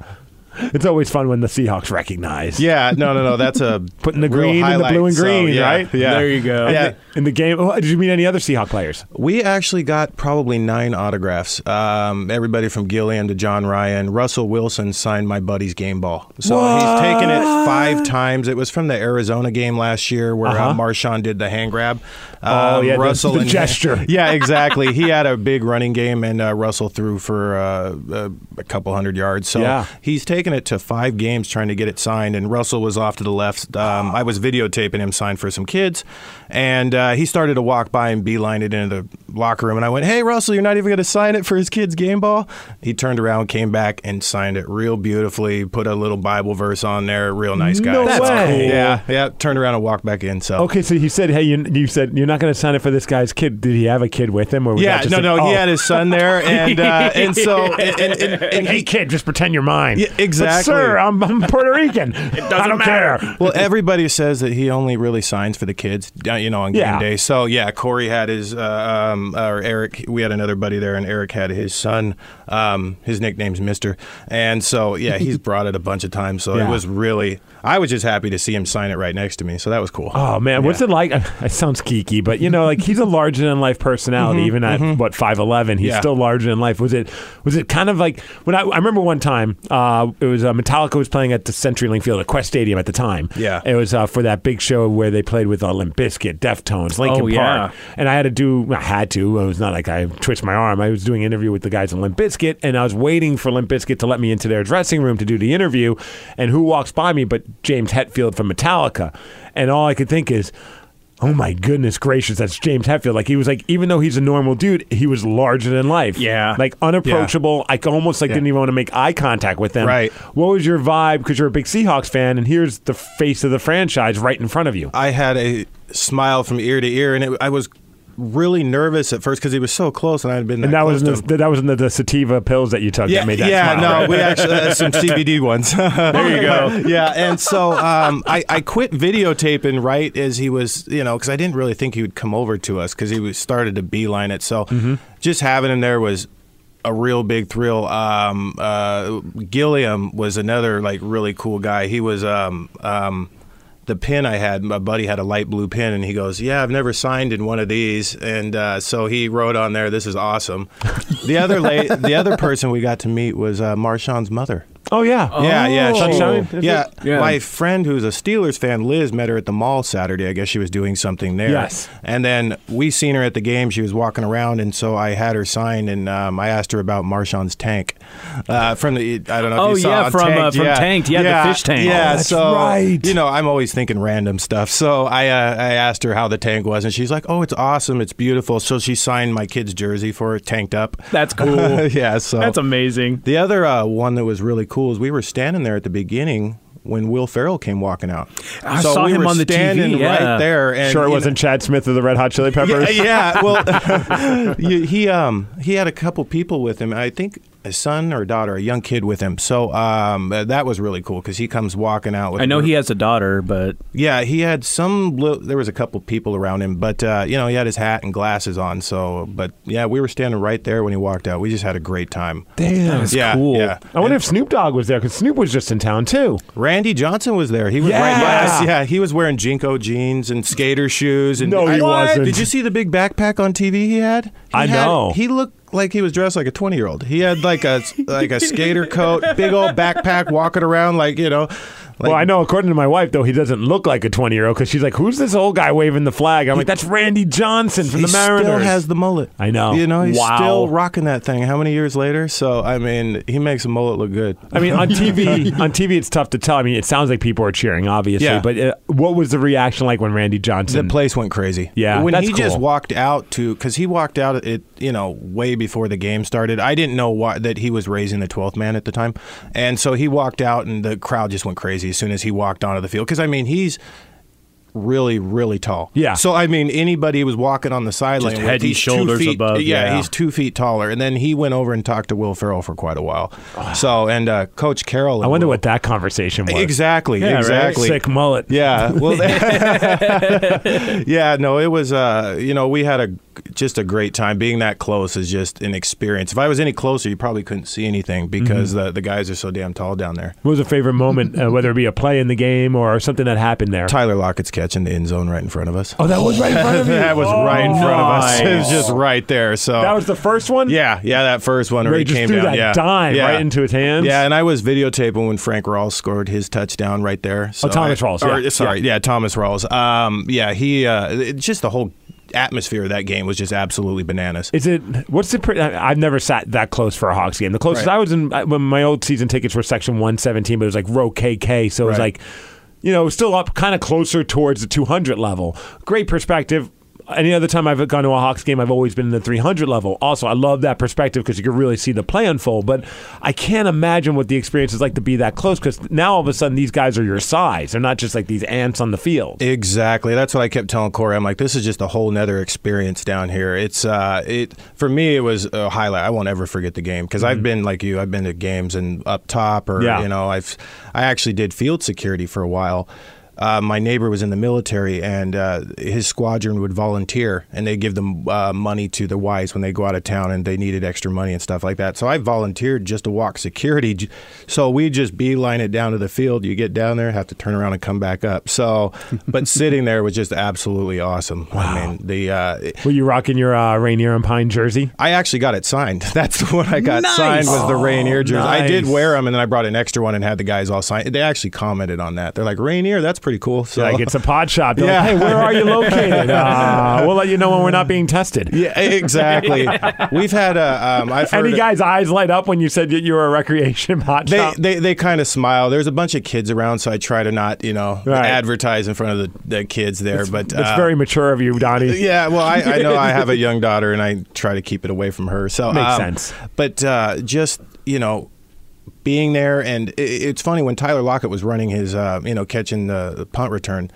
[SPEAKER 2] It's always fun when the Seahawks recognize.
[SPEAKER 8] Yeah, no, no, no. That's a
[SPEAKER 2] Putting the
[SPEAKER 8] real
[SPEAKER 2] green in the
[SPEAKER 8] highlight.
[SPEAKER 2] blue and
[SPEAKER 8] So,
[SPEAKER 2] green,
[SPEAKER 8] yeah,
[SPEAKER 2] right?
[SPEAKER 8] Yeah,
[SPEAKER 6] There you go.
[SPEAKER 8] Yeah,
[SPEAKER 2] In the- In the game, oh, did you meet any other Seahawk players?
[SPEAKER 8] we actually got probably nine autographs. Um, everybody from Gilliam to John Ryan. Russell Wilson signed my buddy's game ball, so he's taken it five times. It was from the Arizona game last year where uh Marshawn did the hand grab.
[SPEAKER 2] Uh-huh. Oh,
[SPEAKER 8] Um,
[SPEAKER 2] yeah, the-
[SPEAKER 8] Russell
[SPEAKER 2] the
[SPEAKER 8] and-
[SPEAKER 2] gesture.
[SPEAKER 8] yeah, exactly. He had a big running game, and uh, Russell threw for uh, a, a couple hundred yards. So
[SPEAKER 2] Yeah.
[SPEAKER 8] he's taken it to five games trying to get it signed, and Russell was off to the left. Um, I was videotaping him sign for some kids, and uh, he started to walk by and beeline it into the locker room. And I went, "Hey, Russell, you're not even going to sign it for his kid's game ball." He turned around, came back, and signed it real beautifully. Put a little Bible verse on there. Real nice guy.
[SPEAKER 2] No That's way. cool.
[SPEAKER 8] Yeah, yeah. Turned around and walked back in. So
[SPEAKER 2] Okay, so you said, hey, you, you said you're not going to sign it for this guy's kid. Did he have a kid with him? Or was
[SPEAKER 8] Yeah,
[SPEAKER 2] that just
[SPEAKER 8] no,
[SPEAKER 2] like,
[SPEAKER 8] no,
[SPEAKER 2] oh,
[SPEAKER 8] he had his son there, and uh, and so and, and, and, and
[SPEAKER 2] Hey,
[SPEAKER 8] he.
[SPEAKER 2] kid, just pretend you're mine.
[SPEAKER 8] Yeah,
[SPEAKER 2] But,
[SPEAKER 8] exactly.
[SPEAKER 2] sir, I'm, I'm Puerto Rican. it doesn't I don't care.
[SPEAKER 8] Well, everybody says that he only really signs for the kids, uh, you know, on game
[SPEAKER 2] Yeah.
[SPEAKER 8] day. So yeah, Corey had his uh, um, um, or Eric. We had another buddy there, and Eric had his son. Um, his nickname's Mister, and so yeah, he's brought it a bunch of times. So
[SPEAKER 2] Yeah.
[SPEAKER 8] it was really, I was just happy to see him sign it right next to me. So that was cool.
[SPEAKER 2] Oh man, what's it like? It sounds geeky, but you know, like he's a larger than life personality. even at what five eleven, he's
[SPEAKER 8] Mm-hmm, Yeah.
[SPEAKER 2] still larger than life. Was it? Was it kind of like when I, I remember one time? Uh, it was uh, Metallica was playing at the CenturyLink Field at Quest Stadium at the time.
[SPEAKER 8] Yeah.
[SPEAKER 2] it was uh, for that big show where they played with uh, Limp Bizkit, Deftones, Linkin
[SPEAKER 6] Oh,
[SPEAKER 2] Park,
[SPEAKER 6] yeah.
[SPEAKER 2] and I had to do. I had to. It was not like I twitched my arm. I was doing an interview with the guys in Limp Bizkit, and I was waiting for Limp Bizkit to let me into their dressing room to do the interview. And who walks by me but James Hetfield from Metallica? And all I could think is. Oh my goodness gracious! That's James Hetfield. Like he was like, even though he's a normal dude, he was larger than life.
[SPEAKER 6] Yeah.
[SPEAKER 2] like unapproachable. I almost like didn't even want to make eye contact with them.
[SPEAKER 8] Right.
[SPEAKER 2] What was your vibe? Because you're a big Seahawks fan, and here's the face of the franchise right in front of you.
[SPEAKER 8] I had a smile from ear to ear, and it, I was really nervous at first because he was so close, and I had been. That
[SPEAKER 2] And that
[SPEAKER 8] close
[SPEAKER 2] was in
[SPEAKER 8] to him.
[SPEAKER 2] the, that was in the, the sativa pills that you took
[SPEAKER 8] yeah,
[SPEAKER 2] that made that
[SPEAKER 8] yeah,
[SPEAKER 2] smile.
[SPEAKER 8] no, we actually uh, some CBD ones. there you go. yeah, and so um, I, I quit videotaping right as he was, you know, because I didn't really think he would come over to us because he was started to beeline it. So just having him there was a real big thrill. Um, uh, Gilliam was another like really cool guy. He was um, um, the pin I had, my buddy had a light blue pin, and he goes, "Yeah, I've never signed in one of these." And uh, so he wrote on there, "This is awesome." the other la- the other person we got to meet was uh, Marshawn's mother.
[SPEAKER 2] Oh yeah,
[SPEAKER 8] Yeah, yeah, she-
[SPEAKER 2] Sunshine, is
[SPEAKER 8] yeah.
[SPEAKER 2] it?
[SPEAKER 8] My friend who's a Steelers fan, Liz, met her at the mall Saturday. I guess she was doing something there.
[SPEAKER 2] Yes.
[SPEAKER 8] And then we seen her at the game. She was walking around, and so I had her sign, and um, I asked her about Marshawn's tank uh, from the. I don't know.
[SPEAKER 6] Oh,
[SPEAKER 8] if you saw
[SPEAKER 6] yeah,
[SPEAKER 8] on
[SPEAKER 6] from,
[SPEAKER 8] Tanked.
[SPEAKER 6] uh, from
[SPEAKER 8] yeah.
[SPEAKER 6] Tanked. Yeah, the fish tank.
[SPEAKER 8] Yeah,
[SPEAKER 6] Oh,
[SPEAKER 2] that's
[SPEAKER 8] so
[SPEAKER 2] right.
[SPEAKER 8] you know, I'm always thinking random stuff. So I uh, I asked her how the tank was, and she's like, "Oh, it's awesome. It's beautiful." So she signed my kid's jersey for it, tanked up.
[SPEAKER 6] That's cool.
[SPEAKER 8] yeah. So
[SPEAKER 6] That's amazing.
[SPEAKER 8] the other uh, one that was really cool is we were standing there at the beginning when Will Ferrell came walking out.
[SPEAKER 6] I
[SPEAKER 8] so
[SPEAKER 6] saw
[SPEAKER 8] we
[SPEAKER 6] him
[SPEAKER 8] were
[SPEAKER 6] on the TV,
[SPEAKER 8] standing
[SPEAKER 6] yeah.
[SPEAKER 8] right there. And,
[SPEAKER 2] sure it
[SPEAKER 8] you
[SPEAKER 2] wasn't Chad Smith of the Red Hot Chili
[SPEAKER 8] know-
[SPEAKER 2] Peppers.
[SPEAKER 8] Yeah, yeah. Well, you- he um he had a couple people with him. I think a son or daughter, a young kid with him. So um uh, that was really cool because he comes walking out. with
[SPEAKER 6] I know
[SPEAKER 8] a
[SPEAKER 6] he has a daughter, but
[SPEAKER 8] yeah, he had some. Li- there was a couple people around him, but uh, you know he had his hat and glasses on. So, but yeah, we were standing right there when he walked out. We just had a great time.
[SPEAKER 2] Damn.
[SPEAKER 8] yeah,
[SPEAKER 6] cool.
[SPEAKER 8] yeah.
[SPEAKER 2] I wonder if Snoop Dogg was there because Snoop was just in town too.
[SPEAKER 8] Randy Johnson was there. He was
[SPEAKER 2] Yeah.
[SPEAKER 8] wearing, yes, yeah, he was wearing jinko jeans and skater shoes. And
[SPEAKER 2] No, he
[SPEAKER 8] What?
[SPEAKER 2] wasn't.
[SPEAKER 8] Did you see the big backpack on TV he had? He
[SPEAKER 2] I
[SPEAKER 8] had-
[SPEAKER 2] know.
[SPEAKER 8] He looked like he was dressed like a twenty year old. He had like a like a skater coat, big old backpack, walking around like you know. Like,
[SPEAKER 2] well, I know according to my wife though he doesn't look like a twenty year old because she's like, who's this old guy waving the flag? I'm like, that's Randy Johnson from
[SPEAKER 8] He
[SPEAKER 2] the Mariners.
[SPEAKER 8] still has the mullet.
[SPEAKER 2] I know.
[SPEAKER 8] You know, he's
[SPEAKER 2] Wow.
[SPEAKER 8] still rocking that thing. How many years later? So I mean, he makes a mullet look good.
[SPEAKER 2] I mean, on TV, on TV, it's tough to tell. I mean, it sounds like people are cheering, obviously.
[SPEAKER 8] Yeah.
[SPEAKER 2] But uh, what was the reaction like when Randy
[SPEAKER 8] The
[SPEAKER 2] Johnson?
[SPEAKER 8] place went crazy.
[SPEAKER 2] Yeah,
[SPEAKER 8] when
[SPEAKER 2] that's
[SPEAKER 8] he just
[SPEAKER 2] cool.
[SPEAKER 8] walked out to, because he walked out it, you know, way before the game started. I didn't know why that he was raising the twelfth man at the time, and so he walked out, and the crowd just went crazy as soon as he walked onto the field. Because I mean, he's really, really tall.
[SPEAKER 2] Yeah.
[SPEAKER 8] So I mean, anybody who was walking on the sideline,
[SPEAKER 6] Just
[SPEAKER 8] with,
[SPEAKER 6] head and
[SPEAKER 8] he's two
[SPEAKER 6] shoulders
[SPEAKER 8] feet-
[SPEAKER 6] above, yeah.
[SPEAKER 8] he's two feet taller. And then he went over and talked to Will Ferrell for quite a while. So and uh, Coach Carroll.
[SPEAKER 2] I wonder what that conversation was.
[SPEAKER 8] Exactly.
[SPEAKER 6] right?
[SPEAKER 8] exactly.
[SPEAKER 2] Sick mullet.
[SPEAKER 8] Yeah. Well, yeah. No, it was. Uh, you know, we had a just a great time. Being that close is just an experience. If I was any closer, you probably couldn't see anything because
[SPEAKER 2] Mm-hmm.
[SPEAKER 8] the the guys are so damn tall down there.
[SPEAKER 2] What was a favorite moment, uh, whether it be a play in the game or something that happened there?
[SPEAKER 8] Tyler Lockett's catch in the end zone right in front of us.
[SPEAKER 2] Oh, that was right in front of you. Oh,
[SPEAKER 8] that was right in front of us. It was
[SPEAKER 2] Nice.
[SPEAKER 8] just right there. So
[SPEAKER 2] That was the first one.
[SPEAKER 8] Yeah, yeah, that first one where
[SPEAKER 2] Ray
[SPEAKER 8] he
[SPEAKER 2] just
[SPEAKER 8] came
[SPEAKER 2] threw
[SPEAKER 8] down.
[SPEAKER 2] that
[SPEAKER 8] yeah,
[SPEAKER 2] dime
[SPEAKER 8] yeah.
[SPEAKER 2] right into his hands.
[SPEAKER 8] Yeah, and I was videotaping when Frank Rawls scored his touchdown right there. So
[SPEAKER 2] Oh, Thomas
[SPEAKER 8] I-
[SPEAKER 2] Rawls,
[SPEAKER 8] or,
[SPEAKER 2] yeah.
[SPEAKER 8] sorry, yeah. Thomas Rawls. Um, yeah, he uh, it- just the whole atmosphere of that game was just absolutely bananas.
[SPEAKER 2] Is it what's the? Pre- I- I've never sat that close for a Hawks game. The closest
[SPEAKER 8] Right.
[SPEAKER 2] I was in I- when my old season tickets were section one seventeen, but it was like row KK, so it was
[SPEAKER 8] Right.
[SPEAKER 2] like, you know, still up kind of closer towards the two hundred level. Great perspective. Any other time I've gone to a Hawks game, I've always been in the 300 level. Also, I love that perspective because you can really see the play unfold. But I can't imagine what the experience is like to be that close because now all of a sudden these guys are your size. They're not just like these ants on the field.
[SPEAKER 8] Exactly. That's what I kept telling Corey. I'm like, this is just a whole nother experience down here. It's uh, it for me, it was a highlight. I won't ever forget the game because I've been like you. I've been to games and up top, or
[SPEAKER 2] Mm-hmm. Yeah.
[SPEAKER 8] you know, I've I actually did field security for a while. uh, my neighbor was in the military, and uh, his squadron would volunteer, and they give them uh, money to the wives when they go out of town, and they needed extra money and stuff like that. So I volunteered just to walk security. j- So we just beeline it down to the field. You get down there, have to turn around and come back up. So, but sitting there was just absolutely awesome. I mean, the uh,
[SPEAKER 2] Were you rocking your uh, Rainier and Pine jersey?
[SPEAKER 8] I actually got it signed. That's what I got
[SPEAKER 2] Nice.
[SPEAKER 8] signed was the
[SPEAKER 2] Oh,
[SPEAKER 8] Rainier jersey. I did
[SPEAKER 2] nice.
[SPEAKER 8] wear them, and then I brought an extra one and had the guys all sign. They actually commented on that. They're like, "Rainier, that's pretty cool." So
[SPEAKER 2] Like it's a pod shop. They're
[SPEAKER 8] Yeah.
[SPEAKER 2] Like, hey, where are you located? Uh, we'll let you know when we're not being tested.
[SPEAKER 8] yeah, e-, exactly. We've had a. Um, I've heard
[SPEAKER 2] Any guy's eyes light up when you said that you were a recreation hot
[SPEAKER 8] They,
[SPEAKER 2] shop.
[SPEAKER 8] they they kind of smile. There's a bunch of kids around, so I try to not you know
[SPEAKER 2] Right.
[SPEAKER 8] advertise in front of the, the kids there. but
[SPEAKER 2] That's
[SPEAKER 8] uh,
[SPEAKER 2] very mature of you, Donnie.
[SPEAKER 8] Yeah, well, I, I know I have a young daughter, and I try to keep it away from her. So
[SPEAKER 2] Makes
[SPEAKER 8] um,
[SPEAKER 2] sense.
[SPEAKER 8] But uh, just you know, being there, and i it's funny when Tyler Lockett was running his, uh, you know, catching the, the punt return.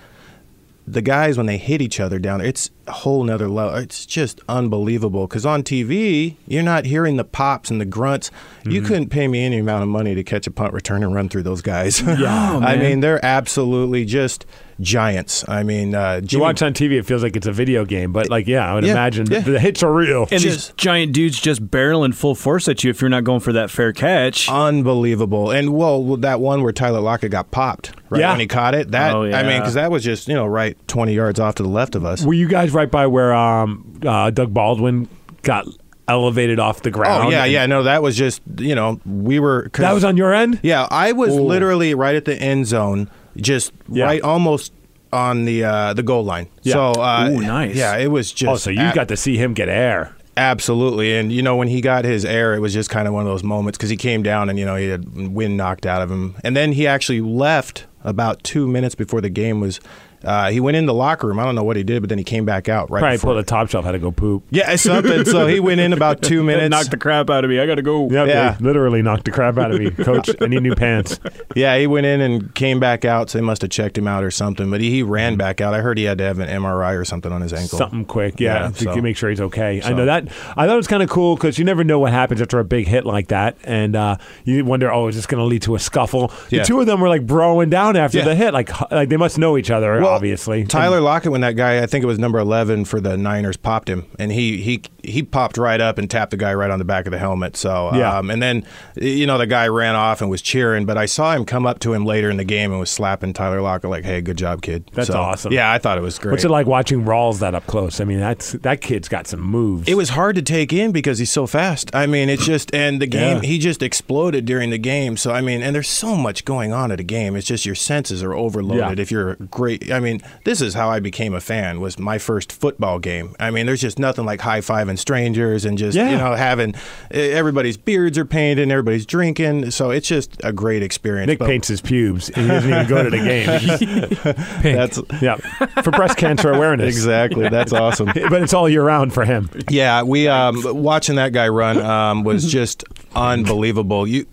[SPEAKER 8] The guys when they hit each other down, there, it's a whole nother level. It's just unbelievable because on TV you're not hearing the pops and the grunts. You
[SPEAKER 2] Mm-hmm.
[SPEAKER 8] couldn't pay me any amount of money to catch a punt return and run through those guys.
[SPEAKER 2] Oh,
[SPEAKER 8] Yeah, I mean they're absolutely just giants. I mean, uh,
[SPEAKER 2] You
[SPEAKER 8] Jimmy-
[SPEAKER 2] watch on TV, it feels like it's a video game, but like, yeah, I would
[SPEAKER 8] Yeah,
[SPEAKER 2] imagine
[SPEAKER 8] yeah.
[SPEAKER 2] the hits are
[SPEAKER 8] Oh,
[SPEAKER 2] real.
[SPEAKER 6] And these giant dudes just barreling full force at you if you're not going for that fair catch.
[SPEAKER 8] unbelievable. And well, that one where Tyler Lockett got popped, right
[SPEAKER 2] Yeah.
[SPEAKER 8] when he caught it. That
[SPEAKER 6] Oh,
[SPEAKER 8] I mean,
[SPEAKER 6] yeah.
[SPEAKER 8] because that was just you know right twenty yards off to the left of us.
[SPEAKER 2] Were you guys right by where um, uh, Doug Baldwin got elevated off the ground?
[SPEAKER 8] Oh yeah,
[SPEAKER 2] And-
[SPEAKER 8] yeah. No, that was just you know we were. 'cause-
[SPEAKER 2] That was on your end?
[SPEAKER 8] Yeah, I was literally right at the end zone, just
[SPEAKER 2] Yeah.
[SPEAKER 8] right almost on the uh, the goal line.
[SPEAKER 2] Yeah.
[SPEAKER 8] So uh,
[SPEAKER 6] Ooh, nice.
[SPEAKER 8] Yeah, it was just.
[SPEAKER 2] Oh, so you
[SPEAKER 8] a-
[SPEAKER 2] got to see him get air.
[SPEAKER 8] Absolutely, and you know when he got his air, it was just kind of one of those moments because he came down and you know he had wind knocked out of him, and then he actually left about two minutes before the game was. Uh, he went in the locker room. I don't know what he did, but then he came back out right
[SPEAKER 2] Probably
[SPEAKER 8] before.
[SPEAKER 2] pulled a top shelf, had to go poop.
[SPEAKER 8] yeah, something. so he went in about two
[SPEAKER 6] That
[SPEAKER 8] minutes.
[SPEAKER 6] knocked the crap out of me. I got to go.
[SPEAKER 2] Yeah,
[SPEAKER 8] Yeah.
[SPEAKER 2] they literally knocked the crap out of me. Coach, I need new pants.
[SPEAKER 8] yeah, he went in and came back out. So they must have checked him out or something. But he, he ran back out. I heard he had to have an MRI or something on his ankle.
[SPEAKER 2] Mm-hmm. Something quick, yeah,
[SPEAKER 8] Yeah,
[SPEAKER 2] to
[SPEAKER 8] so-
[SPEAKER 2] make sure he's okay. I know that. I thought it was kind of cool because you never know what happens after a big hit like that, and uh, you wonder, oh, is this going to lead to a scuffle?
[SPEAKER 8] Yeah.
[SPEAKER 2] The two of them were like broing down after
[SPEAKER 8] Yeah.
[SPEAKER 2] the hit, like h- like they must know each other,
[SPEAKER 8] Well,
[SPEAKER 2] obviously.
[SPEAKER 8] Tyler Lockett, when that guy, I think it was number eleven for the Niners, popped him, and he he he popped right up and tapped the guy right on the back of the helmet. So
[SPEAKER 2] Yeah.
[SPEAKER 8] um, and then you know the guy ran off and was cheering, but I saw him come up to him later in the game and was slapping Tyler Lockett like, "Hey, good job, kid."
[SPEAKER 2] That's
[SPEAKER 8] So,
[SPEAKER 2] awesome.
[SPEAKER 8] Yeah, I thought it was great.
[SPEAKER 2] What's it like watching Rawls that up close? I mean, that's that kid's got some moves.
[SPEAKER 8] It was hard to take in because he's so fast. I mean, it's just and the game
[SPEAKER 2] Yeah.
[SPEAKER 8] he just exploded during the game. So I mean, and there's so much going on at a game. It's just your senses are overloaded.
[SPEAKER 2] Yeah.
[SPEAKER 8] If you're a great, I mean, this is how I became a fan. Was my first football game. I mean, there's just nothing like high fiving strangers and just
[SPEAKER 2] Yeah.
[SPEAKER 8] you know having e, everybody's beards are painted and everybody's drinking. So it's just a great experience.
[SPEAKER 2] Nick
[SPEAKER 8] But
[SPEAKER 2] paints his pubes. and He doesn't even go to the game.
[SPEAKER 8] That's
[SPEAKER 2] yeah, for breast cancer awareness.
[SPEAKER 8] exactly. That's awesome.
[SPEAKER 2] But it's all year round for him.
[SPEAKER 8] Yeah, we um, watching that guy run um, was just unbelievable. You,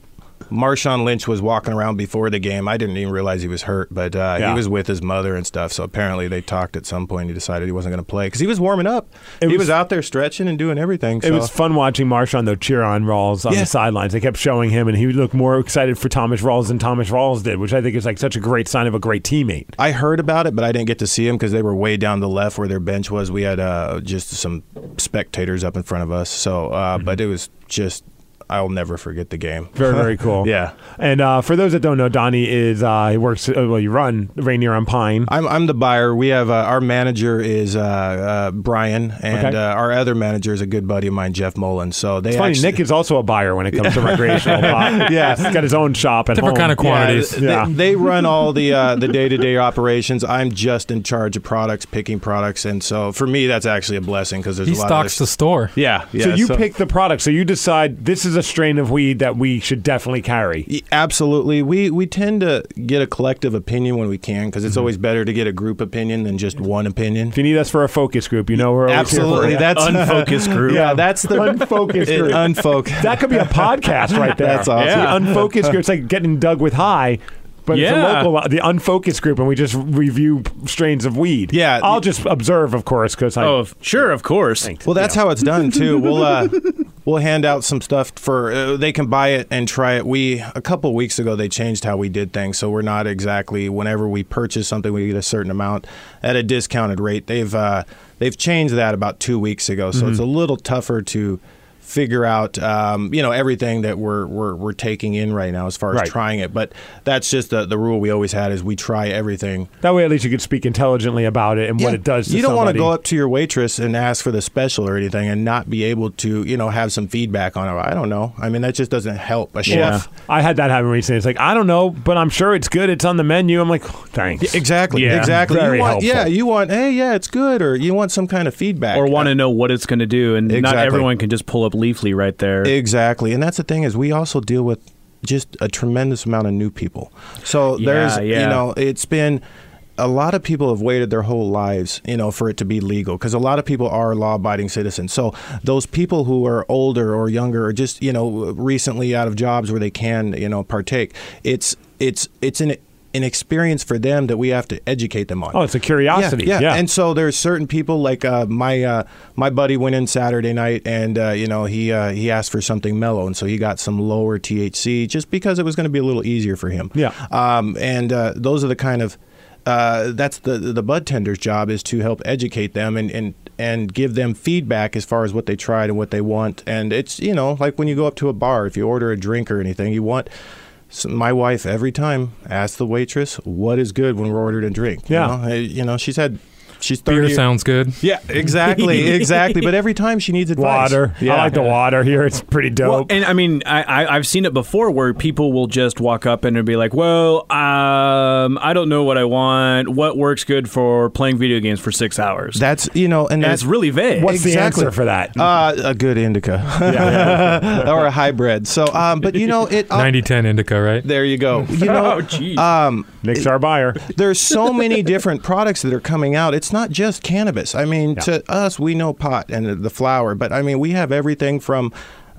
[SPEAKER 8] Marshawn Lynch was walking around before the game. I didn't even realize he was hurt, but uh,
[SPEAKER 2] Yeah.
[SPEAKER 8] he was with his mother and stuff. So apparently they talked at some point. He decided he wasn't going to play because he was warming up.
[SPEAKER 2] It
[SPEAKER 8] he
[SPEAKER 2] was-
[SPEAKER 8] was, out there stretching and doing everything. So.
[SPEAKER 2] It was fun watching Marshawn though cheer on Rawls on
[SPEAKER 8] Yeah.
[SPEAKER 2] the sidelines. They kept showing him, and he looked more excited for Thomas Rawls than Thomas Rawls did, which I think is like such a great sign of a great teammate.
[SPEAKER 8] I heard about it, but I didn't get to see him because they were way down the left where their bench was. We had uh, just some spectators up in front of us. So, uh, but it was just I'll never forget the game.
[SPEAKER 2] Mm-hmm. Very very cool.
[SPEAKER 8] Yeah.
[SPEAKER 2] And uh, for those that don't know, Donnie is uh, he works uh, well. You run Rainier on Pine.
[SPEAKER 8] I'm, I'm the buyer. We have uh, our manager is uh, uh, Brian, and
[SPEAKER 2] Okay.
[SPEAKER 8] uh, our other manager is a good buddy of mine, Jeff Mullen. So they
[SPEAKER 2] It's funny.
[SPEAKER 8] actually-
[SPEAKER 2] Nick is also a buyer when it comes to recreational pot.
[SPEAKER 8] Yeah.
[SPEAKER 2] he's got his own shop at
[SPEAKER 3] Different
[SPEAKER 2] home.
[SPEAKER 3] kind of
[SPEAKER 8] Yeah,
[SPEAKER 3] quantities.
[SPEAKER 8] th- they,
[SPEAKER 2] Yeah.
[SPEAKER 8] they run all the uh, the day to day operations. I'm just in charge of products, picking products, and so for me, that's actually a blessing because there's
[SPEAKER 3] He
[SPEAKER 8] a lot
[SPEAKER 3] stocks the
[SPEAKER 8] of
[SPEAKER 3] store.
[SPEAKER 8] the yeah, yeah.
[SPEAKER 2] so you pick the product. So you decide this is a strain of weed that we should definitely carry.
[SPEAKER 8] Y- Absolutely, we we tend to get a collective opinion when we can because it's always better to get a group opinion than just one opinion.
[SPEAKER 2] Mm-hmm. If you need us for a focus group, you know we're always here for
[SPEAKER 8] Absolutely,
[SPEAKER 2] you.
[SPEAKER 8] that's
[SPEAKER 6] Unfocused group.
[SPEAKER 8] Yeah, that's the
[SPEAKER 2] Unfocused group.
[SPEAKER 8] Unfocused.
[SPEAKER 2] That could be a podcast right there.
[SPEAKER 8] That's awesome.
[SPEAKER 2] The unfocused group. It's like getting Doug with high. but
[SPEAKER 6] Yeah.
[SPEAKER 2] it's a local, the unfocused group, and we just review strains of weed.
[SPEAKER 8] Yeah.
[SPEAKER 2] I'll just observe, of course, because I.
[SPEAKER 6] Oh, of- sure, of course.
[SPEAKER 8] Well, that's how it's done too. We'll uh, we'll hand out some stuff for uh, they can buy it and try it. We a couple weeks ago they changed how we did things, so we're not exactly whenever we purchase something we get a certain amount at a discounted rate. They've uh, they've changed that about two weeks ago, so it's a little tougher to figure out um, you know everything that we're, we're we're taking in right now as far as
[SPEAKER 2] Right.
[SPEAKER 8] trying it. But that's just the the rule we always had is we try everything
[SPEAKER 2] That way, at least you could speak intelligently about it and what
[SPEAKER 8] yeah.
[SPEAKER 2] it does. To
[SPEAKER 8] you don't
[SPEAKER 2] want
[SPEAKER 8] to go up to your waitress and ask for the special or anything, and not be able to, you know, have some feedback on it. I don't know. I mean, that just doesn't help a chef.
[SPEAKER 2] I had that happen recently. It's like I don't know, but I'm sure it's good. It's on the menu. I'm like, oh, thanks.
[SPEAKER 8] Exactly.
[SPEAKER 6] Yeah.
[SPEAKER 8] Exactly.
[SPEAKER 2] Very
[SPEAKER 8] you want,
[SPEAKER 2] helpful.
[SPEAKER 8] Yeah. You want, hey, yeah, it's good, or you want some kind of feedback,
[SPEAKER 6] Or want to know what it's going to do, and not
[SPEAKER 8] Exactly.
[SPEAKER 6] everyone can just pull up Leafly right there.
[SPEAKER 8] Exactly. And that's the thing is we also deal with just a tremendous amount of new people. So
[SPEAKER 6] Yeah,
[SPEAKER 8] there's
[SPEAKER 6] yeah.
[SPEAKER 8] you know, it's been a lot of people have waited their whole lives, you know, for it to be legal because a lot of people are law-abiding citizens. So those people who are older or younger or just, you know, recently out of jobs where they can, you know, partake, it's it's it's an an experience for them that we have to educate them on.
[SPEAKER 2] Oh, it's a curiosity.
[SPEAKER 8] Yeah,
[SPEAKER 2] Yeah.
[SPEAKER 8] and so there's certain people like uh, my uh, my buddy went in Saturday night, and uh, you know he uh, he asked for something mellow, and so he got some lower THC just because it was going to be a little easier for him.
[SPEAKER 2] Yeah.
[SPEAKER 8] Um, and uh, those are the kind of uh, that's the the bud tender's job is to help educate them and and and give them feedback as far as what they tried and what they want. And it's you know like when you go up to a bar, if you order a drink or anything, you want. So my wife every time asks the waitress what is good when we're ordered a drink. you
[SPEAKER 2] Yeah.
[SPEAKER 8] know? Uh, you know, she's had, she's 30.
[SPEAKER 3] Beer sounds good.
[SPEAKER 8] Yeah, exactly, exactly. But every time she needs advice.
[SPEAKER 2] water. I like the water here. It's pretty dope.
[SPEAKER 6] Well, and I mean, I, I I've seen it before where people will just walk up and it'll be like, "Well, um, I don't know what I want. What works good for playing video games for six hours?"
[SPEAKER 8] That's you know, and,
[SPEAKER 6] and
[SPEAKER 8] that's
[SPEAKER 6] it's really vague.
[SPEAKER 2] What's
[SPEAKER 8] eh, exactly.
[SPEAKER 2] the answer for that?
[SPEAKER 8] uh, a good indica or a hybrid. So, um, but you know, it. uh,
[SPEAKER 3] 90-10 indica, right?
[SPEAKER 8] there you go. You
[SPEAKER 6] oh,
[SPEAKER 8] know,
[SPEAKER 6] jeez.
[SPEAKER 8] um,
[SPEAKER 2] Nick's our buyer.
[SPEAKER 8] there's so many different products that are coming out. It's not just cannabis. I mean, to us, we know pot and the flower, but I mean, we have everything from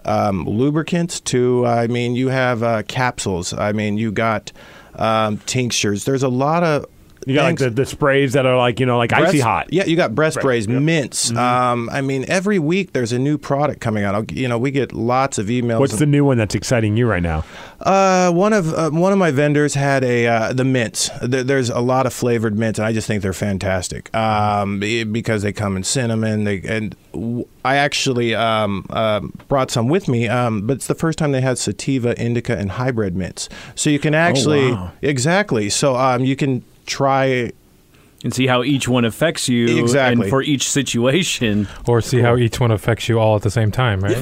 [SPEAKER 8] um, lubricants to, I mean, you have uh, capsules. I mean, you got um, tinctures. There's a lot of.
[SPEAKER 2] You got like
[SPEAKER 8] things-
[SPEAKER 2] the, the sprays that are like you know like icy
[SPEAKER 8] breast-
[SPEAKER 2] hot.
[SPEAKER 8] Yeah, you got breast sprays, mints.
[SPEAKER 2] Mm-hmm.
[SPEAKER 8] Um, I mean, every week there's a new product coming out. I'll, you know, we get lots of emails.
[SPEAKER 2] What's
[SPEAKER 8] and-
[SPEAKER 2] the new one that's exciting you right now?
[SPEAKER 8] uh, one of uh, one of my vendors had a uh, the mints. There, there's a lot of flavored mints, and I just think they're fantastic um, be- because they come in cinnamon. They and w- I actually um, uh, brought some with me, um, but it's the first time they had sativa, indica, and hybrid mints. So you
[SPEAKER 2] Oh,
[SPEAKER 8] can actually exactly. So um, you can try
[SPEAKER 6] and see how each one affects you
[SPEAKER 8] Exactly.
[SPEAKER 6] and for each situation.
[SPEAKER 3] Or see how each one affects you all at the same time, right?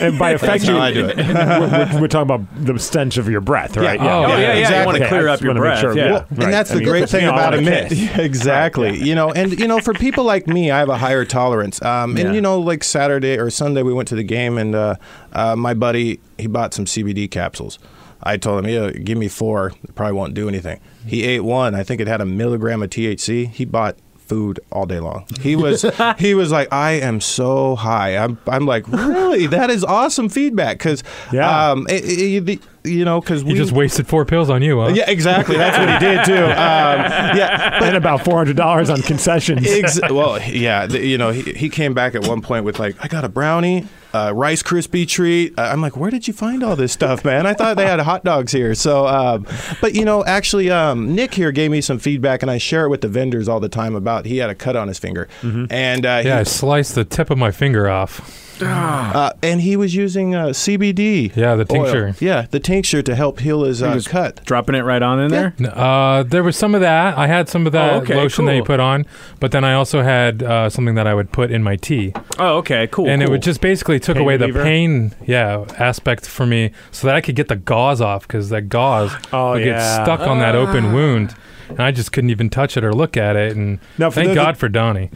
[SPEAKER 2] And by effect,
[SPEAKER 8] how I do it.
[SPEAKER 2] we're, we're- we're talking about the stench of your breath, right?
[SPEAKER 3] Oh, yeah, yeah, you
[SPEAKER 6] wanna
[SPEAKER 2] Okay, I
[SPEAKER 6] clear
[SPEAKER 2] just
[SPEAKER 6] up your
[SPEAKER 2] wanna make
[SPEAKER 6] breath, yeah.
[SPEAKER 8] Well,
[SPEAKER 2] Right.
[SPEAKER 8] And that's
[SPEAKER 2] I
[SPEAKER 8] the
[SPEAKER 2] mean,
[SPEAKER 8] great
[SPEAKER 2] puts me
[SPEAKER 8] thing
[SPEAKER 2] all
[SPEAKER 8] about
[SPEAKER 2] out
[SPEAKER 8] a
[SPEAKER 2] of
[SPEAKER 8] mint.
[SPEAKER 2] kiss.
[SPEAKER 8] Yeah, exactly. You know, and you know, for people like me, I have a higher tolerance. Um, and
[SPEAKER 6] Yeah.
[SPEAKER 8] you know, like Saturday or Sunday, we went to the game, and uh, uh, my buddy he bought some CBD capsules. I told him, yeah, give me four. It probably won't do anything. He ate one. I think it had a milligram of THC. He bought food all day long. He was he was like, I am so high. I'm I'm like, really? That is awesome feedback because
[SPEAKER 2] Yeah.
[SPEAKER 8] um, it, it- it- you know, because
[SPEAKER 3] You
[SPEAKER 8] we
[SPEAKER 3] just wasted four pills on you, huh?
[SPEAKER 8] yeah, exactly. That's what he did too. Um, yeah,
[SPEAKER 2] and about four hundred dollars on concessions.
[SPEAKER 8] ex- well, yeah. th- you know, he, he came back at one point with like, I got a brownie, a Rice Krispie treat. Uh, I'm like, where did you find all this stuff, man? I thought they had hot dogs here. So, um, but you know, actually, um, Nick here gave me some feedback, and I share it with the vendors all the time about he had a cut on his finger,
[SPEAKER 6] Mm-hmm.
[SPEAKER 8] and uh, he-
[SPEAKER 3] Yeah, I sliced the tip of my finger off.
[SPEAKER 6] Ah.
[SPEAKER 8] uh, and he was using uh, CBD.
[SPEAKER 3] Yeah, the
[SPEAKER 8] oil.
[SPEAKER 3] tincture.
[SPEAKER 8] Yeah, the tincture to help heal his uh, cut.
[SPEAKER 6] Dropping it right on in there.
[SPEAKER 3] N- Uh, there was some of that. I had some of that
[SPEAKER 6] Oh, okay,
[SPEAKER 3] lotion that you
[SPEAKER 6] cool.
[SPEAKER 3] put on, but then I also had uh, something that I would put in my tea,
[SPEAKER 6] Oh, okay, cool.
[SPEAKER 3] and it
[SPEAKER 6] cool.
[SPEAKER 3] would just basically took
[SPEAKER 2] Pain
[SPEAKER 3] away
[SPEAKER 2] reliever?
[SPEAKER 3] the pain, yeah, aspect for me, so that I could get the gauze off because that gauze
[SPEAKER 2] Oh,
[SPEAKER 3] would get
[SPEAKER 2] yeah.
[SPEAKER 3] stuck on that open wound. and I just couldn't even touch it or look at it. And
[SPEAKER 8] Now, for
[SPEAKER 3] thank
[SPEAKER 8] the-
[SPEAKER 3] God for Donnie.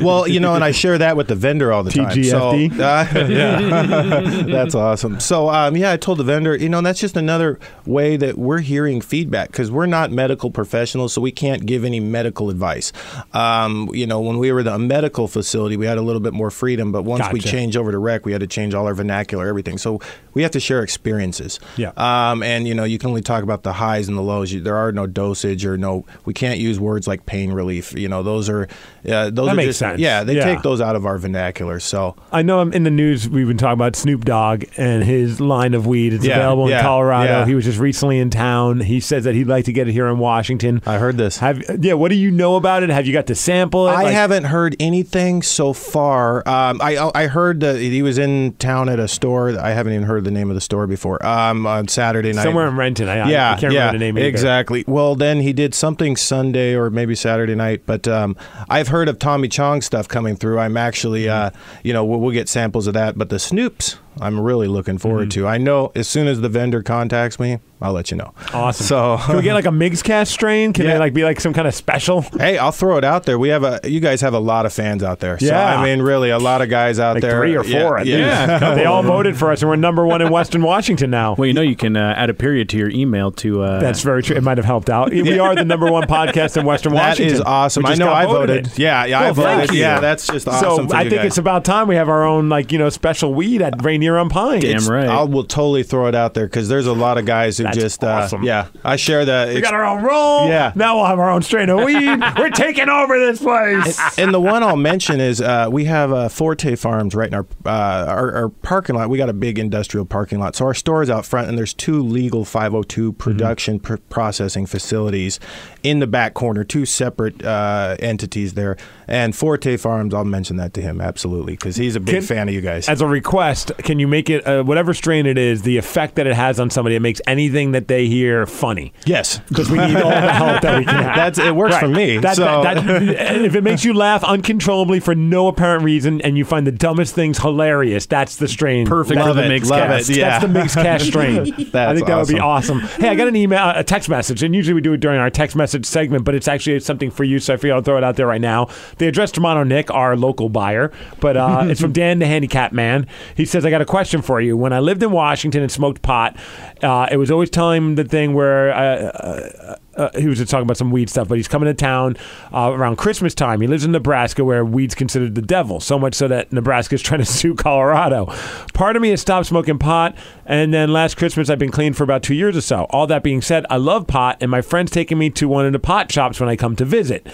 [SPEAKER 8] well, you know, and I share that with the vendor all the time.
[SPEAKER 9] TGFD?
[SPEAKER 8] So, uh, yeah, that's awesome. So, um, yeah, I told the vendor, you know, that's just another way that we're hearing feedback because we're not medical professionals, so we can't give any medical advice. Um, you know, when we were the medical facility, we had a little bit more freedom, but once we
[SPEAKER 9] Gotcha.
[SPEAKER 8] changed over to rec, we had to change all our vernacular, everything. So we have to share experiences.
[SPEAKER 9] Yeah.
[SPEAKER 8] Um, and you know, you can only talk about the highs and the lows. You, there are no dosage or no. We can't use words like pain relief. You know, those are uh, those
[SPEAKER 2] That
[SPEAKER 8] are
[SPEAKER 2] makes
[SPEAKER 8] just-
[SPEAKER 2] sense.
[SPEAKER 8] Yeah, they
[SPEAKER 2] Yeah.
[SPEAKER 8] take those out of our vernacular. So
[SPEAKER 2] I know I'm in the news. We've been talking about Snoop Dogg and his line of weed. It's
[SPEAKER 8] Yeah,
[SPEAKER 2] available
[SPEAKER 8] yeah,
[SPEAKER 2] in Colorado.
[SPEAKER 8] yeah.
[SPEAKER 2] He was just recently in town. He says that he'd like to get it here in Washington.
[SPEAKER 8] I heard this.
[SPEAKER 2] Have yeah? What do you know about it? Have you got to sample it?
[SPEAKER 8] I
[SPEAKER 2] Like-
[SPEAKER 8] haven't heard anything so far. Um, I I heard that he was in town at a store. I haven't even heard the name of the store before. Um, on Saturday night,
[SPEAKER 2] Somewhere in Renton. I- I- I
[SPEAKER 8] yeah,
[SPEAKER 2] can't remember
[SPEAKER 8] yeah,
[SPEAKER 2] the name either.
[SPEAKER 8] Exactly. Well, then he did something Sunday or maybe Saturday night. But um, I've heard of Tommy Chong stuff coming through. I'm
[SPEAKER 2] Mm-hmm.
[SPEAKER 8] actually, uh, you know, we'll, we'll get samples of that. But the Snoops, I'm really looking forward
[SPEAKER 2] Mm-hmm.
[SPEAKER 8] to. I know as soon as the vendor contacts me, I'll let you know.
[SPEAKER 2] Awesome.
[SPEAKER 8] So
[SPEAKER 2] Can we get like a Migscast strain? Can they like be like some kind of special?
[SPEAKER 8] Hey, I'll throw it out there. We have a you guys have a lot of fans out there.
[SPEAKER 2] Yeah.
[SPEAKER 8] So I mean really a lot of guys out
[SPEAKER 2] Like
[SPEAKER 8] there.
[SPEAKER 2] three or
[SPEAKER 8] Yeah,
[SPEAKER 2] four. at
[SPEAKER 8] Yeah.
[SPEAKER 2] least. they all voted for us, and we're number one in Western Washington now.
[SPEAKER 6] Well, you know, you can uh, add a period to your email to. Uh,
[SPEAKER 2] That's very true. It might have helped out. Uh, We are the number one podcast in Western
[SPEAKER 8] That
[SPEAKER 2] Washington.
[SPEAKER 8] is awesome.
[SPEAKER 2] We
[SPEAKER 8] I
[SPEAKER 2] just
[SPEAKER 8] know
[SPEAKER 2] got
[SPEAKER 8] I
[SPEAKER 2] voted.
[SPEAKER 8] voted. Yeah, yeah, I
[SPEAKER 2] Well,
[SPEAKER 8] voted.
[SPEAKER 2] thank you.
[SPEAKER 8] Yeah, that's just awesome
[SPEAKER 2] So
[SPEAKER 8] for
[SPEAKER 2] I
[SPEAKER 8] you
[SPEAKER 2] think
[SPEAKER 8] guys.
[SPEAKER 2] it's about time we have our own like you know special weed at Rainier on Pine.
[SPEAKER 8] It's- I will totally throw it out there because there's a lot of guys who
[SPEAKER 2] That's
[SPEAKER 8] just
[SPEAKER 2] awesome.
[SPEAKER 8] uh, yeah. I share the
[SPEAKER 2] we got our own roll.
[SPEAKER 8] Yeah.
[SPEAKER 2] Now we'll have our own strain of weed. We're taking over this place.
[SPEAKER 8] and the one I'll mention is uh, we have uh, Forte Farms right in our, uh, our our parking lot. We got a big industrial parking lot, so our store is out front, and there's two legal 502
[SPEAKER 2] Mm-hmm.
[SPEAKER 8] production pr- processing facilities in the back corner, two separate uh, entities there. And Forte Farms, I'll mention that to him absolutely because he's a big
[SPEAKER 2] Can-
[SPEAKER 8] fan of you guys.
[SPEAKER 2] As a request, can you make it uh, whatever strain it is, the effect that it has on somebody, it makes anything that they hear funny.
[SPEAKER 8] yes,
[SPEAKER 2] Because we need all the help that we can have.
[SPEAKER 8] That's it works
[SPEAKER 2] Right.
[SPEAKER 8] for me.
[SPEAKER 2] That-
[SPEAKER 8] so.
[SPEAKER 2] that- that- and if it makes you laugh uncontrollably for no apparent reason, and you find the dumbest things hilarious, that's the strain.
[SPEAKER 6] Perfect
[SPEAKER 2] That's
[SPEAKER 6] for the
[SPEAKER 8] it,
[SPEAKER 6] mix
[SPEAKER 8] love
[SPEAKER 6] cast.
[SPEAKER 8] it, yeah.
[SPEAKER 2] That's the mixed cash strain. I
[SPEAKER 8] That's
[SPEAKER 2] think that would be awesome. Hey, I got an email, a text message, and usually we do it during our text message segment, but it's actually something for you, so I figured I'll throw it out there right now. The address to Mono Nick, our local buyer, but uh, it's from Dan the Handicap Man. He says, I got a question for you. When I lived in Washington and smoked pot, uh, it was always telling the thing where uh, uh, he was just talking about some weed stuff, but he's coming to town uh, around Christmas time. He lives in Nebraska, where weed's considered the devil, so much so that Nebraska is trying to sue Colorado. Part of me has stopped smoking pot, and then last Christmas I've been clean for about two years or so. All that being said, I love pot, and my friend's taking me to one of the pot shops when I come to visit.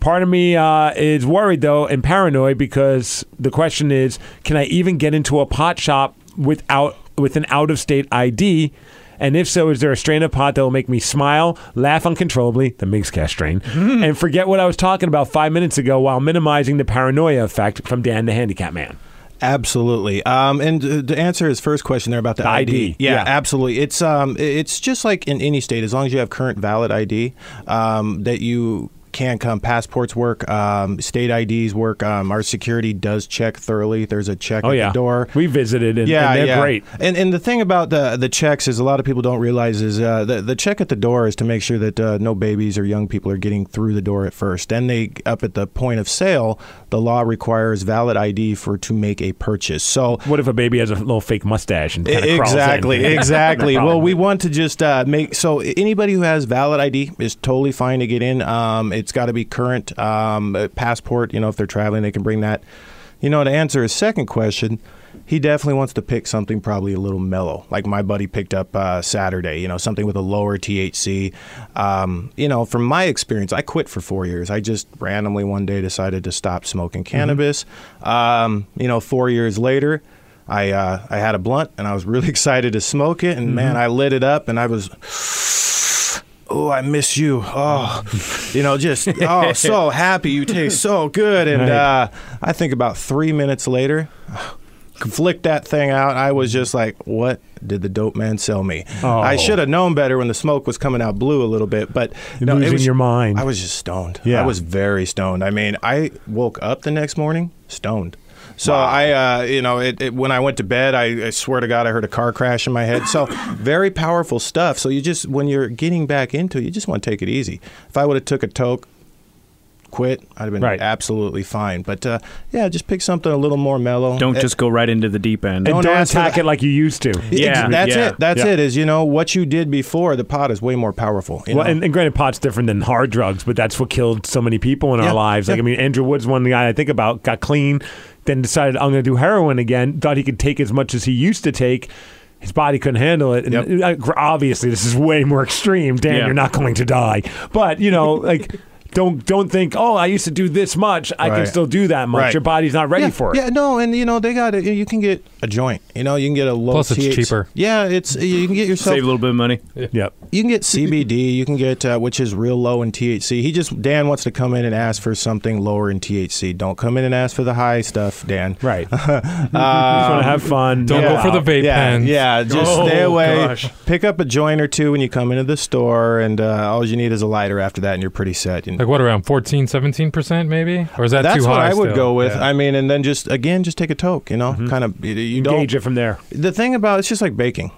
[SPEAKER 2] Part of me uh, is worried though and paranoid because the question is, can I even get into a pot shop without with an out of state ID? And if so, is there a strain of pot that will make me smile, laugh uncontrollably, the Migscast strain, and forget what I was talking about five minutes ago while minimizing the paranoia effect from Dan the Handicap Man?
[SPEAKER 8] Absolutely. Um, and uh, to answer his first question there about the, ID,
[SPEAKER 2] ID,
[SPEAKER 8] Yeah,
[SPEAKER 2] yeah.
[SPEAKER 8] absolutely. It's um, i- it's just like in any state, as long as you have current valid ID, um, that you can come. Passports work. Um, state IDs work. Um, our security does check thoroughly. There's a check
[SPEAKER 2] Oh
[SPEAKER 8] at
[SPEAKER 2] yeah,
[SPEAKER 8] the door.
[SPEAKER 2] we visited and,
[SPEAKER 8] yeah,
[SPEAKER 2] and they're
[SPEAKER 8] yeah.
[SPEAKER 2] great.
[SPEAKER 8] And and the thing about the the checks is a lot of people don't realize is uh, the the check at the door is to make sure that uh, no babies or young people are getting through the door at first. Then they up at the point of sale, the law requires valid ID for to make a purchase. So E,
[SPEAKER 2] What if a baby has a little fake mustache and kind of
[SPEAKER 8] exactly exactly well we want to just uh, make so anybody who has valid id is totally fine to get in um, it's got to be current um, uh, passport you know if they're traveling they can bring that you know to answer his second question he definitely wants to pick something probably a little mellow like my buddy picked up uh, saturday you know something with a lower thc um, you know from my experience i quit for four years i just randomly one day decided to stop smoking cannabis um, you know four years later I uh, I had a blunt and I was really excited to smoke it and
[SPEAKER 2] Mm-hmm.
[SPEAKER 8] man I lit it up and I was oh I miss you oh you know just oh so happy you taste so good and uh, I think about three minutes later flicked that thing out I was just like what did the dope man sell me
[SPEAKER 2] Oh.
[SPEAKER 8] I should have known better when the smoke was coming out blue a little bit but no, it
[SPEAKER 2] losing
[SPEAKER 8] was-
[SPEAKER 2] your mind.
[SPEAKER 8] I was just stoned
[SPEAKER 2] Yeah.
[SPEAKER 8] I was very stoned I mean I woke up the next morning stoned So I, uh, you know, it, it, when I went to bed, I, I swear to God, I heard a car crash in my head. So very powerful stuff. So you just when you're getting back into it, you just want to take it easy. If I would have took a toke, quit, I'd have been
[SPEAKER 2] Right.
[SPEAKER 8] absolutely fine. But uh, yeah, just pick something a little more mellow.
[SPEAKER 6] Don't
[SPEAKER 8] Eh,
[SPEAKER 6] just go right into the deep end.
[SPEAKER 8] Don't
[SPEAKER 2] And don't
[SPEAKER 8] ask for
[SPEAKER 2] attack
[SPEAKER 8] the-
[SPEAKER 2] it like you used to.
[SPEAKER 6] Yeah,
[SPEAKER 8] Ex- that's
[SPEAKER 6] yeah,
[SPEAKER 8] it. That's
[SPEAKER 2] yeah.
[SPEAKER 8] it. Is you know what you did before the pot is way more powerful. you
[SPEAKER 2] Well,
[SPEAKER 8] know?
[SPEAKER 2] and, and granted, pot's different than hard drugs, but that's what killed so many people in
[SPEAKER 8] Yeah,
[SPEAKER 2] our lives. Like,
[SPEAKER 8] yeah.
[SPEAKER 2] I mean, Andrew Wood's one guy I think about got clean, then decided I'm going to do heroin again. Thought he could take as much as he used to take. His body couldn't handle it, and uh, gr- obviously, this is way more extreme. Dan,
[SPEAKER 6] Yeah.
[SPEAKER 2] you're not going to die, but you know, like. Don't don't think. Oh, I used to do this much. I can
[SPEAKER 8] Right.
[SPEAKER 2] still do that much.
[SPEAKER 8] Right.
[SPEAKER 2] Your body's not ready
[SPEAKER 8] yeah,
[SPEAKER 2] for it.
[SPEAKER 8] Yeah, no, and you know they got it. You can get a joint. You know you can get a low.
[SPEAKER 3] Plus it's
[SPEAKER 8] THC
[SPEAKER 3] cheaper.
[SPEAKER 8] Yeah, it's you can get yourself.
[SPEAKER 6] Save a little bit of money.
[SPEAKER 2] Yep.
[SPEAKER 8] you can get CBD. You can get uh, which is real low in THC. He just Dan wants to come in and ask for something lower in THC. Don't come in and ask for the high stuff, Dan. Um,
[SPEAKER 2] Right. Just want to have fun.
[SPEAKER 3] Don't
[SPEAKER 2] Yeah.
[SPEAKER 3] go for the vape
[SPEAKER 8] yeah,
[SPEAKER 3] pens.
[SPEAKER 8] Yeah, just
[SPEAKER 6] Oh,
[SPEAKER 8] stay away.
[SPEAKER 6] gosh.
[SPEAKER 8] Pick up a joint or two when you come into the store, and uh, all you need is a lighter after that, and you're pretty set. You know.
[SPEAKER 3] Like what around 14, 17 percent maybe, or is that
[SPEAKER 8] That's
[SPEAKER 3] too
[SPEAKER 8] what
[SPEAKER 3] high?
[SPEAKER 8] I would
[SPEAKER 3] still? Mm-hmm.
[SPEAKER 8] go with. I mean, and then just again, just take a toke. You know, kind of you, you don't
[SPEAKER 2] engage it from there.
[SPEAKER 8] The thing about it's just like baking.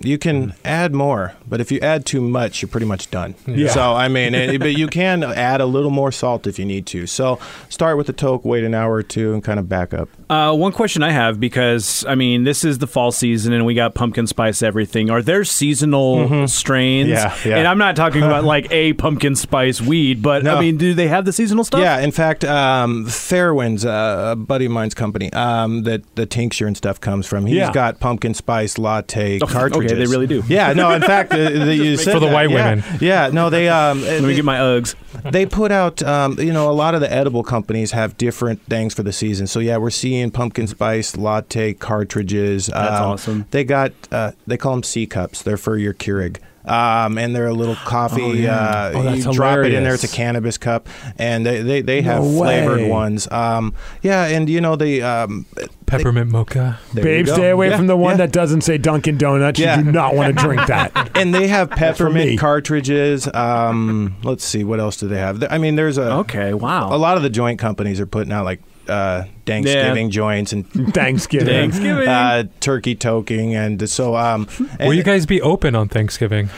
[SPEAKER 8] You can
[SPEAKER 3] Mm-hmm.
[SPEAKER 8] add more, but if you add too much, you're pretty much done.
[SPEAKER 2] Yeah.
[SPEAKER 8] So I mean, it, but you can add a little more salt if you need to. So start with the toke, wait an hour or two, and kind of back up.
[SPEAKER 6] Uh, one question I have because I mean this is the fall season and we got pumpkin spice everything. Are there seasonal strains?
[SPEAKER 8] Mm-hmm. Yeah, yeah.
[SPEAKER 6] And I'm not talking about like a pumpkin spice weed, but I
[SPEAKER 8] No.
[SPEAKER 6] mean, do they have the seasonal stuff?
[SPEAKER 8] Yeah, in fact, um, Fairwinds, uh, a buddy of mine's company, um, that the tincture and stuff comes from. He's
[SPEAKER 2] Yeah.
[SPEAKER 8] got pumpkin spice latte
[SPEAKER 6] Oh, okay,
[SPEAKER 8] cartridges.
[SPEAKER 6] they really do.
[SPEAKER 8] Yeah, no, in fact, the, the, you said
[SPEAKER 3] For the
[SPEAKER 8] that,
[SPEAKER 3] white
[SPEAKER 8] yeah.
[SPEAKER 3] women.
[SPEAKER 8] Yeah, no, they. Um,
[SPEAKER 6] Let me get my Uggs.
[SPEAKER 8] they put out um, you know a lot of the edible companies have different things for the season so yeah we're seeing pumpkin spice latte cartridges
[SPEAKER 6] That's
[SPEAKER 8] Um,
[SPEAKER 6] awesome.
[SPEAKER 8] they got uh, they call them c cups they're for your keurig um, and they're a little
[SPEAKER 6] Oh,
[SPEAKER 8] coffee uh,
[SPEAKER 2] Oh, that's
[SPEAKER 8] you drop it in there
[SPEAKER 2] hilarious.
[SPEAKER 8] it's a cannabis cup and they they, they have
[SPEAKER 2] No way.
[SPEAKER 8] flavored ones um, yeah and you know they um,
[SPEAKER 3] Peppermint mocha.
[SPEAKER 8] there you
[SPEAKER 2] Babe,
[SPEAKER 8] go.
[SPEAKER 2] stay away
[SPEAKER 8] Yeah,
[SPEAKER 2] from the one
[SPEAKER 8] yeah.
[SPEAKER 2] that doesn't say Dunkin' Donuts.
[SPEAKER 8] Yeah.
[SPEAKER 2] You do not want to drink that.
[SPEAKER 8] and they have
[SPEAKER 2] for me.
[SPEAKER 8] peppermint cartridges. Um, let's see, what else do they have? I mean, there's a
[SPEAKER 6] Okay, wow.
[SPEAKER 8] a lot of the joint companies are putting out like uh, Thanksgiving joints and
[SPEAKER 2] Thanksgiving.
[SPEAKER 6] Thanksgiving.
[SPEAKER 8] uh, turkey toking, and so um, and
[SPEAKER 3] Will you guys be open on Thanksgiving?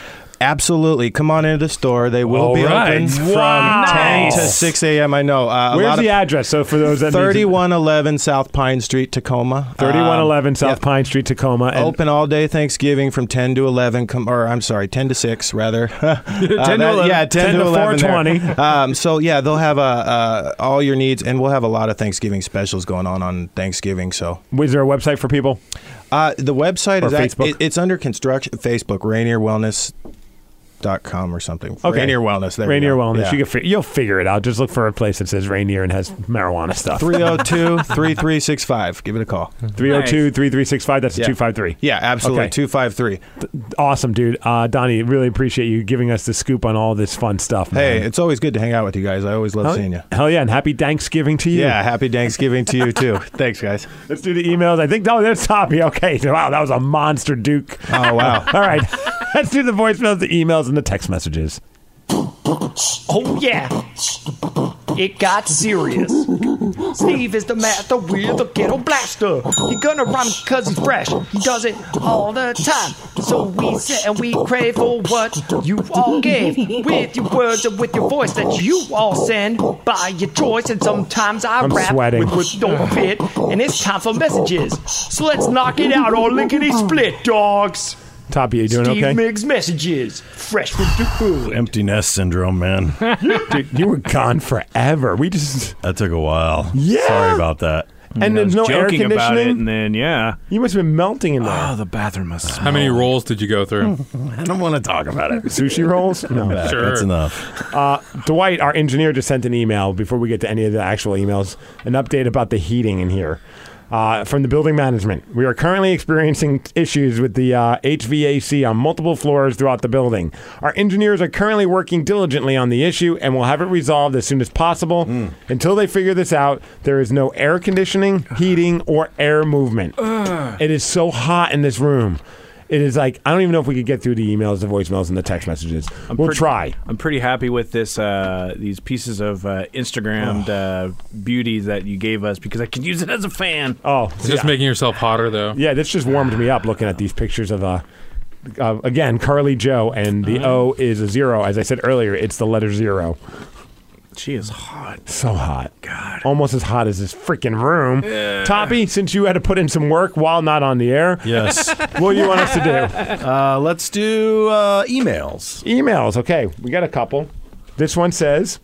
[SPEAKER 8] absolutely come on into the store. They will
[SPEAKER 3] All
[SPEAKER 8] be
[SPEAKER 3] right.
[SPEAKER 8] open from
[SPEAKER 2] Wow.
[SPEAKER 8] ten to
[SPEAKER 2] Nice.
[SPEAKER 8] six a.m. I know. Uh, a
[SPEAKER 2] Where's
[SPEAKER 8] lot
[SPEAKER 2] the
[SPEAKER 8] of-
[SPEAKER 2] address? So for those that need to-
[SPEAKER 8] 3111 South Pine Street, Tacoma.
[SPEAKER 2] 3111
[SPEAKER 8] Um,
[SPEAKER 2] South
[SPEAKER 8] yeah.
[SPEAKER 2] Pine Street, Tacoma. And
[SPEAKER 8] Open all day Thanksgiving from 10 to 11, com- or I'm sorry, 10 to 6, rather. 10
[SPEAKER 6] to 11.
[SPEAKER 8] Yeah, 10,
[SPEAKER 2] 10 to
[SPEAKER 8] to 11 there.
[SPEAKER 2] 420.
[SPEAKER 8] Um, so, yeah, they'll have uh, uh, all your needs, and we'll have a lot of Thanksgiving specials going on on Thanksgiving. So,
[SPEAKER 2] is there a website for people?
[SPEAKER 8] Uh, the website
[SPEAKER 2] Or
[SPEAKER 8] is act-
[SPEAKER 2] Facebook?
[SPEAKER 8] it- it's under construction. Facebook Rainier Wellness. Dot com or something.
[SPEAKER 2] Okay.
[SPEAKER 8] Rainier Wellness. There
[SPEAKER 2] Rainier
[SPEAKER 8] we go.
[SPEAKER 2] Wellness.
[SPEAKER 8] Yeah.
[SPEAKER 2] You can fi- you'll figure it out. Just look for a place that says Rainier and has marijuana stuff.
[SPEAKER 8] 302-3365. Give it a call.
[SPEAKER 2] 302 3365. That's a
[SPEAKER 8] Mm-hmm. Yeah.
[SPEAKER 2] 253.
[SPEAKER 8] Yeah, absolutely.
[SPEAKER 2] Okay.
[SPEAKER 8] 253.
[SPEAKER 2] Awesome, dude. Uh, Donnie, really appreciate you giving us the scoop on all this fun stuff.
[SPEAKER 8] Hey,
[SPEAKER 2] man.
[SPEAKER 8] it's always good to hang out with you guys. I always love
[SPEAKER 2] hell,
[SPEAKER 8] seeing you.
[SPEAKER 2] hell yeah. And happy Thanksgiving to you.
[SPEAKER 8] Yeah, happy Thanksgiving to you too. Thanks, guys.
[SPEAKER 2] Let's do the emails. I think, oh, there's Toppy. Okay. Wow, that was a monster Duke.
[SPEAKER 8] Oh wow.
[SPEAKER 2] All right. Let's do the voicemails, the emails, and the text messages.
[SPEAKER 5] Oh yeah, it got serious. Steve is the master with the ghetto blaster. He gonna rhyme cause he's fresh. He does it all the time. So we sit and we crave for what you all gave with your words and with your voice that you all send by your choice. And sometimes I
[SPEAKER 2] I'm
[SPEAKER 5] rap
[SPEAKER 2] sweating.
[SPEAKER 5] with what don't fit, and it's time for messages. So let's knock it out or lickety split, dogs.
[SPEAKER 2] Toppy, you doing
[SPEAKER 5] Steve
[SPEAKER 2] okay?
[SPEAKER 5] Miggs messages, fresh with the food.
[SPEAKER 7] Empty nest syndrome, man.
[SPEAKER 2] Dude, you were gone forever. We just
[SPEAKER 7] That took a while.
[SPEAKER 2] Yeah.
[SPEAKER 7] Sorry about that.
[SPEAKER 2] and there's no air
[SPEAKER 6] joking about it,
[SPEAKER 2] conditioning.
[SPEAKER 6] and then yeah.
[SPEAKER 2] You must have been melting in there.
[SPEAKER 6] Oh, the bathroom must.
[SPEAKER 3] How many rolls did you go through?
[SPEAKER 7] I don't want to talk about it.
[SPEAKER 2] Sushi rolls? No. Uh,
[SPEAKER 3] Sure.
[SPEAKER 7] That's enough.
[SPEAKER 2] Dwight, our engineer, just sent an email before we get to any of the actual emails. An update about the heating in here. Uh, from the building management, we are currently experiencing issues with the uh, HVAC on multiple floors throughout the building. Our engineers are currently working diligently on the issue and will have it resolved as soon as possible.
[SPEAKER 7] Hmm.
[SPEAKER 2] Until they figure this out, there is no air conditioning, heating, or air movement. It is so hot in this room. It is like I don't even know if we could get through the emails, the voicemails, and the text messages. we'll
[SPEAKER 6] pretty-
[SPEAKER 2] try.
[SPEAKER 6] I'm pretty happy with this uh, these pieces of uh, Instagrammed uh, beauty that you gave us because I can use it as a fan.
[SPEAKER 2] Oh,
[SPEAKER 3] It's just
[SPEAKER 2] yeah.
[SPEAKER 3] making yourself hotter, though.
[SPEAKER 2] Yeah, this just warmed me up looking at these pictures of uh, uh again Carly Joe, and the O
[SPEAKER 6] Oh,
[SPEAKER 2] is a zero. As I said earlier, it's the letter zero.
[SPEAKER 6] She is hot.
[SPEAKER 2] So hot. God. Almost as hot as this freaking room. Toppy, since you had to put in some work while not on the air,
[SPEAKER 7] Yes.
[SPEAKER 2] what do you want us to do?
[SPEAKER 7] uh, let's do uh, emails.
[SPEAKER 2] Emails. Okay, we got a couple. This one says,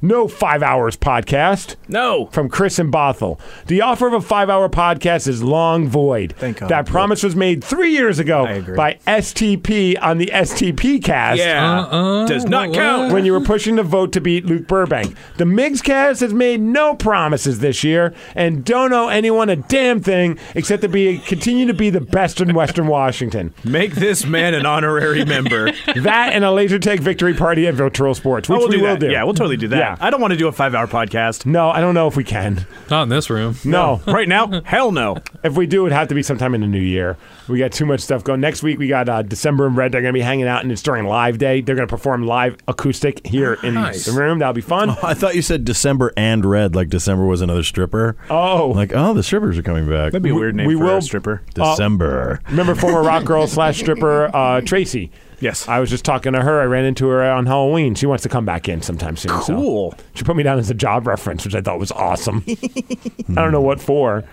[SPEAKER 2] No five hours podcast.
[SPEAKER 6] No.
[SPEAKER 2] From Chris and Bothell. The offer of a five hour podcast is long void.
[SPEAKER 6] Thank God.
[SPEAKER 2] That promise was made three years ago
[SPEAKER 6] I agree.
[SPEAKER 2] by STP on the STP cast.
[SPEAKER 6] Yeah.
[SPEAKER 3] Uh-uh.
[SPEAKER 6] Does not
[SPEAKER 3] What?
[SPEAKER 6] count.
[SPEAKER 2] when you were pushing the vote to beat Luke Burbank. The Migs cast has made no promises this year and don't owe anyone a damn thing except to be continue to be the best in Western Washington.
[SPEAKER 6] Make this man an honorary member.
[SPEAKER 2] That and a laser tag victory party at Virtual Sports, which
[SPEAKER 6] Oh, we'll
[SPEAKER 2] we
[SPEAKER 6] do
[SPEAKER 2] will
[SPEAKER 6] that.
[SPEAKER 2] do.
[SPEAKER 6] Yeah, we'll totally do that.
[SPEAKER 2] Yeah.
[SPEAKER 6] I don't want to do a five-hour podcast
[SPEAKER 2] no, I don't know if we can.
[SPEAKER 3] Not in this room.
[SPEAKER 2] No.
[SPEAKER 6] right now. Hell no.
[SPEAKER 2] if we do, it'd have to be sometime in the new year. We got too much stuff going. Next week, we got uh, December in Red. They're going to be hanging out, and it's during Live Day. They're going to perform live acoustic here in
[SPEAKER 3] Nice.
[SPEAKER 2] the room. That'll be fun.
[SPEAKER 7] Oh, I thought you said December and red, like December was another stripper.
[SPEAKER 2] Oh.
[SPEAKER 7] Like, oh, the strippers are coming back.
[SPEAKER 6] That'd be a weird name
[SPEAKER 2] we
[SPEAKER 6] for
[SPEAKER 2] will- uh,
[SPEAKER 6] a stripper.
[SPEAKER 7] December.
[SPEAKER 2] Remember former rock girl slash stripper uh, Tracy?
[SPEAKER 6] Yes.
[SPEAKER 2] I was just talking to her. I ran into her on Halloween. She wants to come back in sometime soon. so-
[SPEAKER 6] Cool.
[SPEAKER 2] She put me down as a job reference, which I thought was awesome. I don't know what for.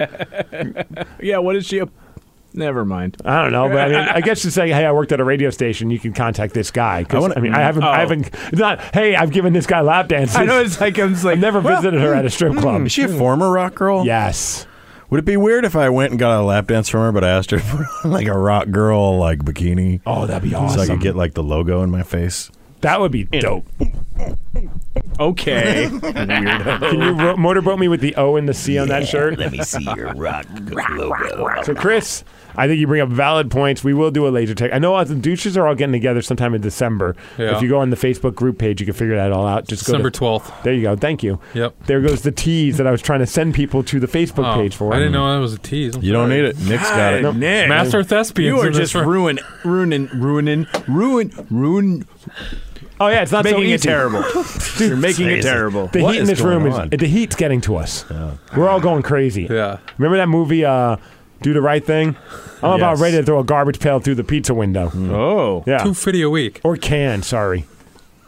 [SPEAKER 6] Yeah. What is she? A- Never mind.
[SPEAKER 2] I don't know, but I mean, I guess she's saying, "Hey, I worked at a radio station. You can contact this guy." 'Cause, I,
[SPEAKER 7] I wanna-
[SPEAKER 2] mean, I haven't, I
[SPEAKER 6] Oh.
[SPEAKER 2] haven't. It's not. Hey, I've given this guy lap dances.
[SPEAKER 6] I know it's like I'm just like
[SPEAKER 2] I've never visited her at a
[SPEAKER 7] hmm.
[SPEAKER 2] strip club.
[SPEAKER 7] Is she a former rock girl?
[SPEAKER 2] yes.
[SPEAKER 7] Would it be weird if I went and got a lap dance from her, but I asked her for like a rock girl like bikini,
[SPEAKER 2] Oh, that'd be
[SPEAKER 7] so I
[SPEAKER 2] awesome.
[SPEAKER 7] could get like the logo in my face?
[SPEAKER 2] that would be dope.
[SPEAKER 6] okay.
[SPEAKER 2] Can you ro- motorboat me with the O and the C on that shirt? Let me see your rock logo. So, Chris, I think you bring up valid points. We will do a laser tag. I know uh, the douches are all getting together sometime in December.
[SPEAKER 3] Yeah.
[SPEAKER 2] If you go on the Facebook group page, you can figure that all out. Just
[SPEAKER 3] December
[SPEAKER 2] go. to-
[SPEAKER 3] 12th.
[SPEAKER 2] there you go. Thank you.
[SPEAKER 3] Yep.
[SPEAKER 2] There goes the tease that I was trying to send people to the Facebook
[SPEAKER 3] Oh,
[SPEAKER 2] page for.
[SPEAKER 3] I didn't know that was a tease. I'm
[SPEAKER 7] You don't
[SPEAKER 3] sorry.
[SPEAKER 7] need it. Nick's got it.
[SPEAKER 6] God, Nick.
[SPEAKER 3] Master Thespians.
[SPEAKER 6] You are
[SPEAKER 3] in this
[SPEAKER 6] just
[SPEAKER 3] room.
[SPEAKER 6] ruin, ruining, ruining, ruin, ruin,
[SPEAKER 2] Oh yeah, it's not so
[SPEAKER 6] making
[SPEAKER 2] easy.
[SPEAKER 6] it terrible. You're making it terrible.
[SPEAKER 2] The
[SPEAKER 7] What
[SPEAKER 2] heat in
[SPEAKER 7] is
[SPEAKER 2] this room
[SPEAKER 7] going on?
[SPEAKER 2] is the heat's getting to us. We're all going crazy.
[SPEAKER 3] Yeah.
[SPEAKER 2] Remember that movie, uh, Do the Right Thing? I'm about
[SPEAKER 7] Yes.
[SPEAKER 2] ready to throw a garbage pail through the pizza window.
[SPEAKER 6] Oh,
[SPEAKER 2] Yeah.
[SPEAKER 3] Two fifty a week.
[SPEAKER 2] Or can, sorry.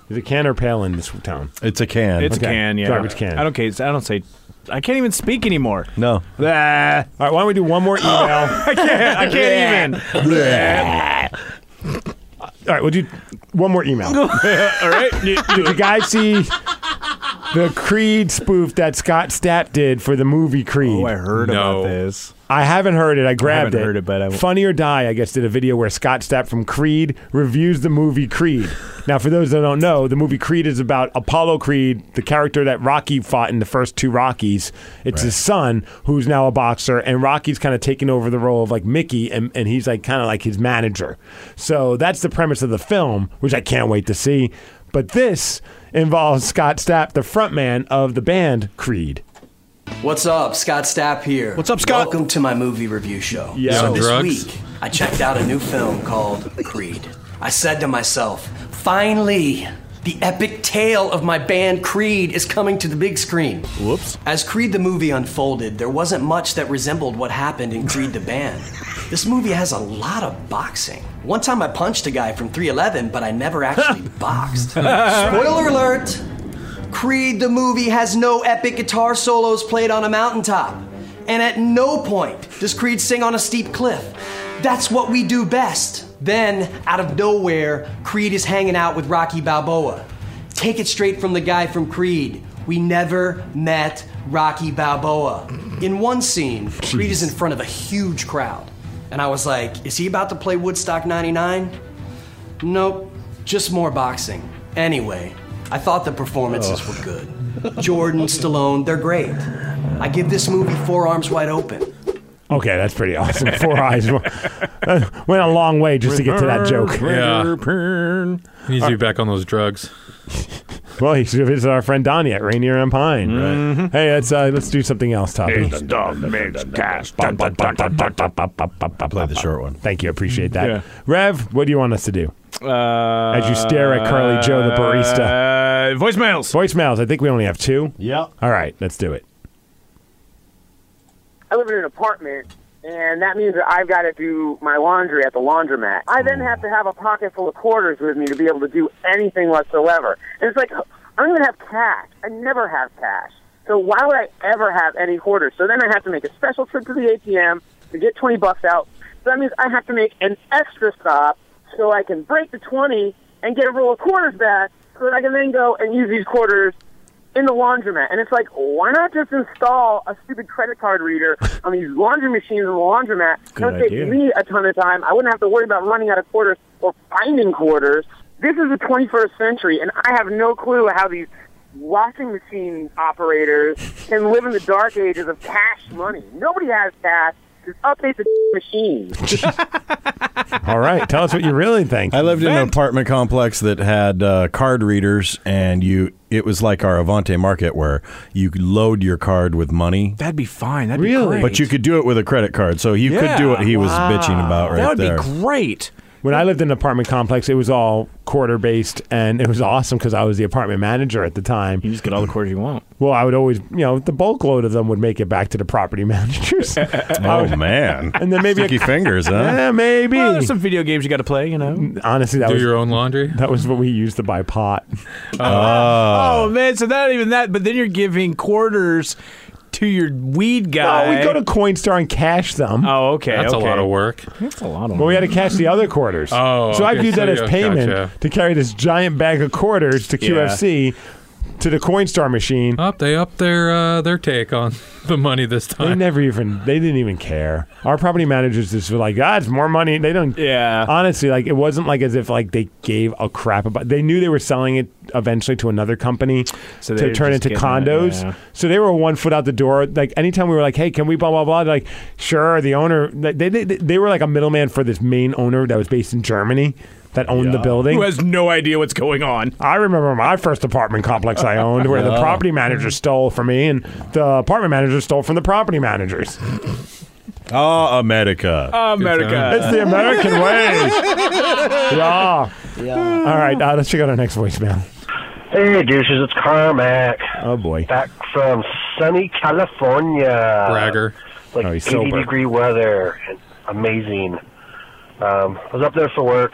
[SPEAKER 2] Is it can or pail in this town?
[SPEAKER 7] It's a can.
[SPEAKER 6] it's
[SPEAKER 2] Okay.
[SPEAKER 6] a can. Yeah,
[SPEAKER 2] Garbage can.
[SPEAKER 6] I don't. care. I don't say. I can't even speak anymore.
[SPEAKER 7] no.
[SPEAKER 6] Ah,
[SPEAKER 2] All right, why don't we do one more email?
[SPEAKER 6] I can't. I can't even.
[SPEAKER 2] All right, we'll do one more email.
[SPEAKER 6] All right. You-
[SPEAKER 2] Did you guys see the Creed spoof that Scott Stapp did for the movie Creed?
[SPEAKER 6] Oh, I heard
[SPEAKER 3] No.
[SPEAKER 6] about this.
[SPEAKER 2] I haven't heard it. I grabbed
[SPEAKER 6] haven't
[SPEAKER 2] it.
[SPEAKER 6] heard it, but I-
[SPEAKER 2] Funny or Die, I guess, did a video where Scott Stapp from Creed reviews the movie Creed. now, for those that don't know, the movie Creed is about Apollo Creed, the character that Rocky fought in the first two Rockies. It's his son who's now a boxer, and Rocky's kind of taking over the role of like Mickey, and, and he's like kind of like his manager. So that's the premise of the film, which I can't wait to see. But this involves Scott Stapp, the frontman of the band Creed.
[SPEAKER 9] What's up? Scott Stapp here.
[SPEAKER 6] What's up, Scott?
[SPEAKER 9] Welcome to my movie review show.
[SPEAKER 2] Yeah.
[SPEAKER 9] So
[SPEAKER 2] On
[SPEAKER 9] this
[SPEAKER 3] drugs?
[SPEAKER 9] week, I checked out a new film called Creed. I said to myself, finally, the epic tale of my band Creed is coming to the big screen. Whoops. As Creed the movie unfolded, there wasn't much that resembled what happened in Creed the band. This movie has a lot of boxing. One time I punched a guy from 311, but I never actually boxed. Spoiler alert! Creed the movie has no epic guitar solos played on a mountaintop. And at no point does Creed sing on a steep cliff. That's what we do best. Then, out of nowhere, Creed is hanging out with Rocky Balboa. Take it straight from the guy from Creed. We never met Rocky Balboa. In one scene, Creed is in front of a huge crowd. And I was like, is he about to play Woodstock 99? Nope, just more boxing. Anyway, I thought the performances were good. Jordan, Stallone, they're great. I give this movie four arms wide open.
[SPEAKER 2] Okay, that's pretty awesome. Four eyes Uh, went a long way just to get to that joke.
[SPEAKER 3] Yeah. He needs to be back on those drugs.
[SPEAKER 2] Well, you should have visited our friend Donnie at Rainier and Pine.
[SPEAKER 6] Mm-hmm.
[SPEAKER 2] Right. Hey, let's uh, let's do something else, Toppy. Play the short one. Thank you, appreciate that.
[SPEAKER 6] Yeah.
[SPEAKER 2] Rev, what do you want us to do?
[SPEAKER 6] Uh,
[SPEAKER 2] As you stare at Curly Joe the barista.
[SPEAKER 6] Uh, voicemails.
[SPEAKER 2] Voicemails. I think we only have two.
[SPEAKER 7] Yep.
[SPEAKER 2] All right, let's do it.
[SPEAKER 10] I live in an apartment, and that means that I've got to do my laundry at the laundromat. I then have to have a pocket full of quarters with me to be able to do anything whatsoever. And it's like, I don't even have cash. I never have cash. So why would I ever have any quarters? So then I have to make a special trip to the ATM to get 20 bucks out. So that means I have to make an extra stop so I can break the 20 and get a roll of quarters back so that I can then go and use these quarters in the laundromat. And it's like, why not just install a stupid credit card reader on these laundry machines in the laundromat?
[SPEAKER 4] Good
[SPEAKER 10] that would
[SPEAKER 4] idea.
[SPEAKER 10] save me a ton of time. I wouldn't have to worry about running out of quarters or finding quarters. This is the 21st century, and I have no clue how these washing machine operators can live in the dark ages of cash money. Nobody has cash. Just update the machine.
[SPEAKER 2] All right, tell us what you really think.
[SPEAKER 7] I lived in an apartment complex that had uh, card readers, and you it was like our Avante Market where you could load your card with money.
[SPEAKER 6] That'd be fine. That'd be great.
[SPEAKER 7] but you could do it with a credit card, so you could do what he was bitching about right
[SPEAKER 6] That would
[SPEAKER 7] there.
[SPEAKER 6] be great.
[SPEAKER 2] When I lived in an apartment complex, it was all quarter based, and it was awesome because I was the apartment manager at the time. You
[SPEAKER 6] just get all the quarters you want.
[SPEAKER 2] Well, I would always, you know, the bulk load of them would make it back to the property managers. I
[SPEAKER 7] Oh
[SPEAKER 6] Um,
[SPEAKER 2] would-
[SPEAKER 7] man!
[SPEAKER 2] And then maybe a-
[SPEAKER 7] sticky fingers, huh?
[SPEAKER 2] Yeah, maybe.
[SPEAKER 6] Well, there's some video games you got to play, you know.
[SPEAKER 2] Honestly, that
[SPEAKER 3] Do
[SPEAKER 2] was
[SPEAKER 3] your own laundry.
[SPEAKER 2] That was what we used to buy pot.
[SPEAKER 7] Uh.
[SPEAKER 6] Oh man, so not even that, but then you're giving quarters to your weed
[SPEAKER 2] Oh,
[SPEAKER 6] guy.
[SPEAKER 2] we go to Coinstar and cash them.
[SPEAKER 6] Oh, okay.
[SPEAKER 3] That's a lot of work.
[SPEAKER 6] That's a lot of.
[SPEAKER 2] But we had to cash the other quarters.
[SPEAKER 3] Oh,
[SPEAKER 2] so I
[SPEAKER 3] okay,
[SPEAKER 2] viewed that
[SPEAKER 3] so
[SPEAKER 2] as
[SPEAKER 3] you-
[SPEAKER 2] payment
[SPEAKER 3] gotcha.
[SPEAKER 2] to carry this giant bag of quarters to
[SPEAKER 3] Yeah.
[SPEAKER 2] QFC to the Coinstar machine.
[SPEAKER 3] Up, they up their uh, their take on the money this
[SPEAKER 2] They
[SPEAKER 3] time.
[SPEAKER 2] never even they didn't even care. Our property managers just were like, ah, it's more money. They don't.
[SPEAKER 6] Yeah.
[SPEAKER 2] Honestly, like it wasn't like as if like they gave a crap about. They knew they were selling it eventually to another company
[SPEAKER 6] So they
[SPEAKER 2] to
[SPEAKER 6] were
[SPEAKER 2] turn
[SPEAKER 6] just
[SPEAKER 2] into
[SPEAKER 6] getting it,
[SPEAKER 2] condos.
[SPEAKER 6] yeah.
[SPEAKER 2] So they were one foot out the door. Like anytime we were like, hey, can we blah blah blah? They're like, sure. The owner they they, they they were like a middleman for this main owner that was based in Germany that owned the building.
[SPEAKER 6] Who has no idea what's going on?
[SPEAKER 2] I remember my first apartment complex I owned where the
[SPEAKER 6] Yeah.
[SPEAKER 2] property manager stole from me and the apartment manager stole from the property managers.
[SPEAKER 7] Oh, America!
[SPEAKER 6] America.
[SPEAKER 2] It's the American way. Yeah. All right, uh, let's check out our next voicemail.
[SPEAKER 11] Hey, douches, it's Carmack.
[SPEAKER 2] Oh, boy.
[SPEAKER 11] Back from sunny California.
[SPEAKER 7] Uh,
[SPEAKER 3] Bragger.
[SPEAKER 11] Like
[SPEAKER 2] Oh, he's
[SPEAKER 11] 80
[SPEAKER 2] sober.
[SPEAKER 11] degree weather. and Amazing. Um, I was up there for work.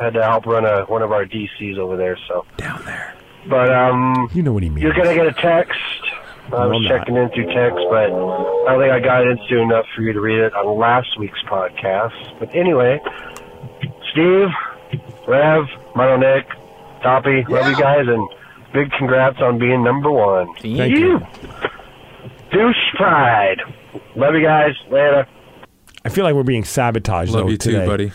[SPEAKER 11] Had to help run a, one of our DCs over there, so. Down there. But, um,
[SPEAKER 2] You know what he means.
[SPEAKER 11] you're going to get a text. I was
[SPEAKER 2] No, I'm not.
[SPEAKER 11] checking in through text, but I don't think I got into enough for you to read it on last week's podcast. But anyway, Steve, Rev, Mono Nick, Toppy, love you guys, and big congrats on being number one.
[SPEAKER 2] Thank you.
[SPEAKER 11] Douche pride. Love you guys. Later.
[SPEAKER 2] I feel like we're being sabotaged.
[SPEAKER 3] Love
[SPEAKER 2] though,
[SPEAKER 3] you too,
[SPEAKER 2] today.
[SPEAKER 3] buddy.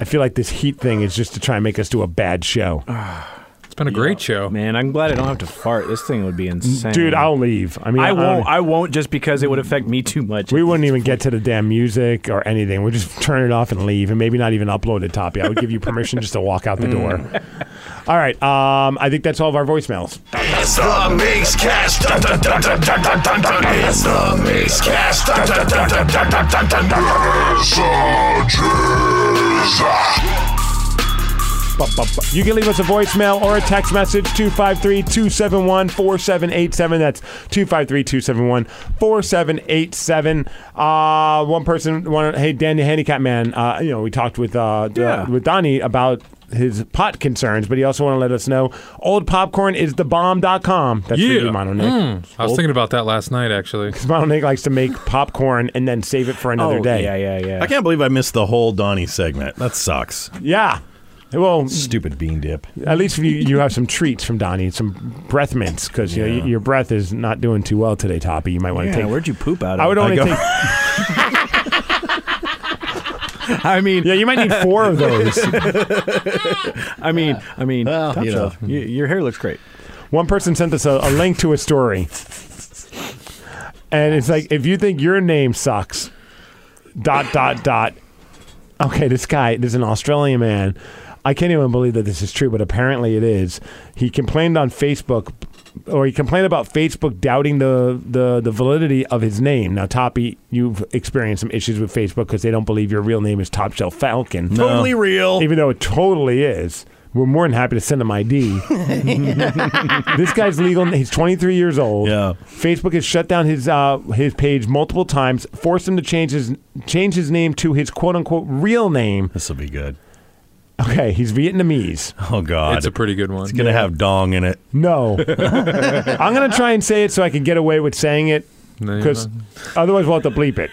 [SPEAKER 2] I feel like this heat thing is just to try and make us do a bad show.
[SPEAKER 6] Ah,
[SPEAKER 3] It's been a great show.
[SPEAKER 6] Man, I'm glad I don't have to fart. This thing would be insane.
[SPEAKER 2] Dude, I'll leave. I mean,
[SPEAKER 6] I
[SPEAKER 2] I-
[SPEAKER 6] won't. I won't just because it would affect me too much.
[SPEAKER 2] We wouldn't even get to the damn music or anything. We'd just turn it off and leave and maybe not even upload it, Toppy. I would give you permission just to walk out the door. All right. Um, I think that's all of our voicemails.
[SPEAKER 4] It's the Mix Cast. Dun, dun, dun, dun, dun, dun, dun, dun. It's the Mix Cast. Dun, dun, dun, dun, dun, dun, dun, dun, dun.
[SPEAKER 2] Bu- bu- bu- You can leave us a voicemail or a text message 253 271 4787. That's 253 271 4787. Uh, One person wanted, hey, Dan the Handicap Man, uh, you know, we talked with, uh, the-
[SPEAKER 6] Yeah.
[SPEAKER 2] with Donnie about his pot concerns, but he also wanted to let us know old popcorn is the bomb.com. That's for you, Mono Nick.
[SPEAKER 3] Mm.
[SPEAKER 6] Hmm.
[SPEAKER 3] I was thinking about that last night, actually.
[SPEAKER 2] Mono Nick likes to make popcorn and then save it for another
[SPEAKER 6] Oh,
[SPEAKER 2] day.
[SPEAKER 6] Yeah, yeah, yeah.
[SPEAKER 7] I can't believe I missed the whole Donnie segment. That sucks.
[SPEAKER 2] Yeah. Well,
[SPEAKER 7] Stupid bean dip.
[SPEAKER 2] At least you, you have some treats from Donnie, some breath mints, because you know, y- your breath is not doing too well today, Toppy. You might want to
[SPEAKER 6] Yeah,
[SPEAKER 2] take.
[SPEAKER 6] where'd you poop out of?
[SPEAKER 2] I would only
[SPEAKER 7] I go-
[SPEAKER 2] take.
[SPEAKER 6] I mean,
[SPEAKER 2] Yeah, you might need four of those.
[SPEAKER 6] I mean, I mean,
[SPEAKER 7] Well,
[SPEAKER 6] top
[SPEAKER 7] you know.
[SPEAKER 6] shelf. Y- your hair looks great.
[SPEAKER 2] One person sent us a, a link to a story, and it's like if you think your name sucks, dot dot dot. Okay, this guy, there's an Australian man. I can't even believe that this is true, but apparently it is. He complained on Facebook, or he complained about Facebook doubting the the, the validity of his name. Now, Toppy, you've experienced some issues with Facebook because they don't believe your real name is Top Shelf Falcon.
[SPEAKER 8] No. Totally real.
[SPEAKER 2] even though it totally is. We're more than happy to send him ID. this guy's legal. He's 23 years old. Yeah. Facebook has shut down his uh, his page multiple times, forced him to change his change his name to his quote unquote real name.
[SPEAKER 7] This will be good.
[SPEAKER 2] Okay, he's Vietnamese.
[SPEAKER 7] Oh God,
[SPEAKER 3] It's a pretty good one.
[SPEAKER 7] It's gonna
[SPEAKER 3] Yeah.
[SPEAKER 7] have dong in it.
[SPEAKER 2] No, I'm gonna try and say it so I can get away with saying it,
[SPEAKER 7] No, you're
[SPEAKER 2] because otherwise we'll have to bleep it.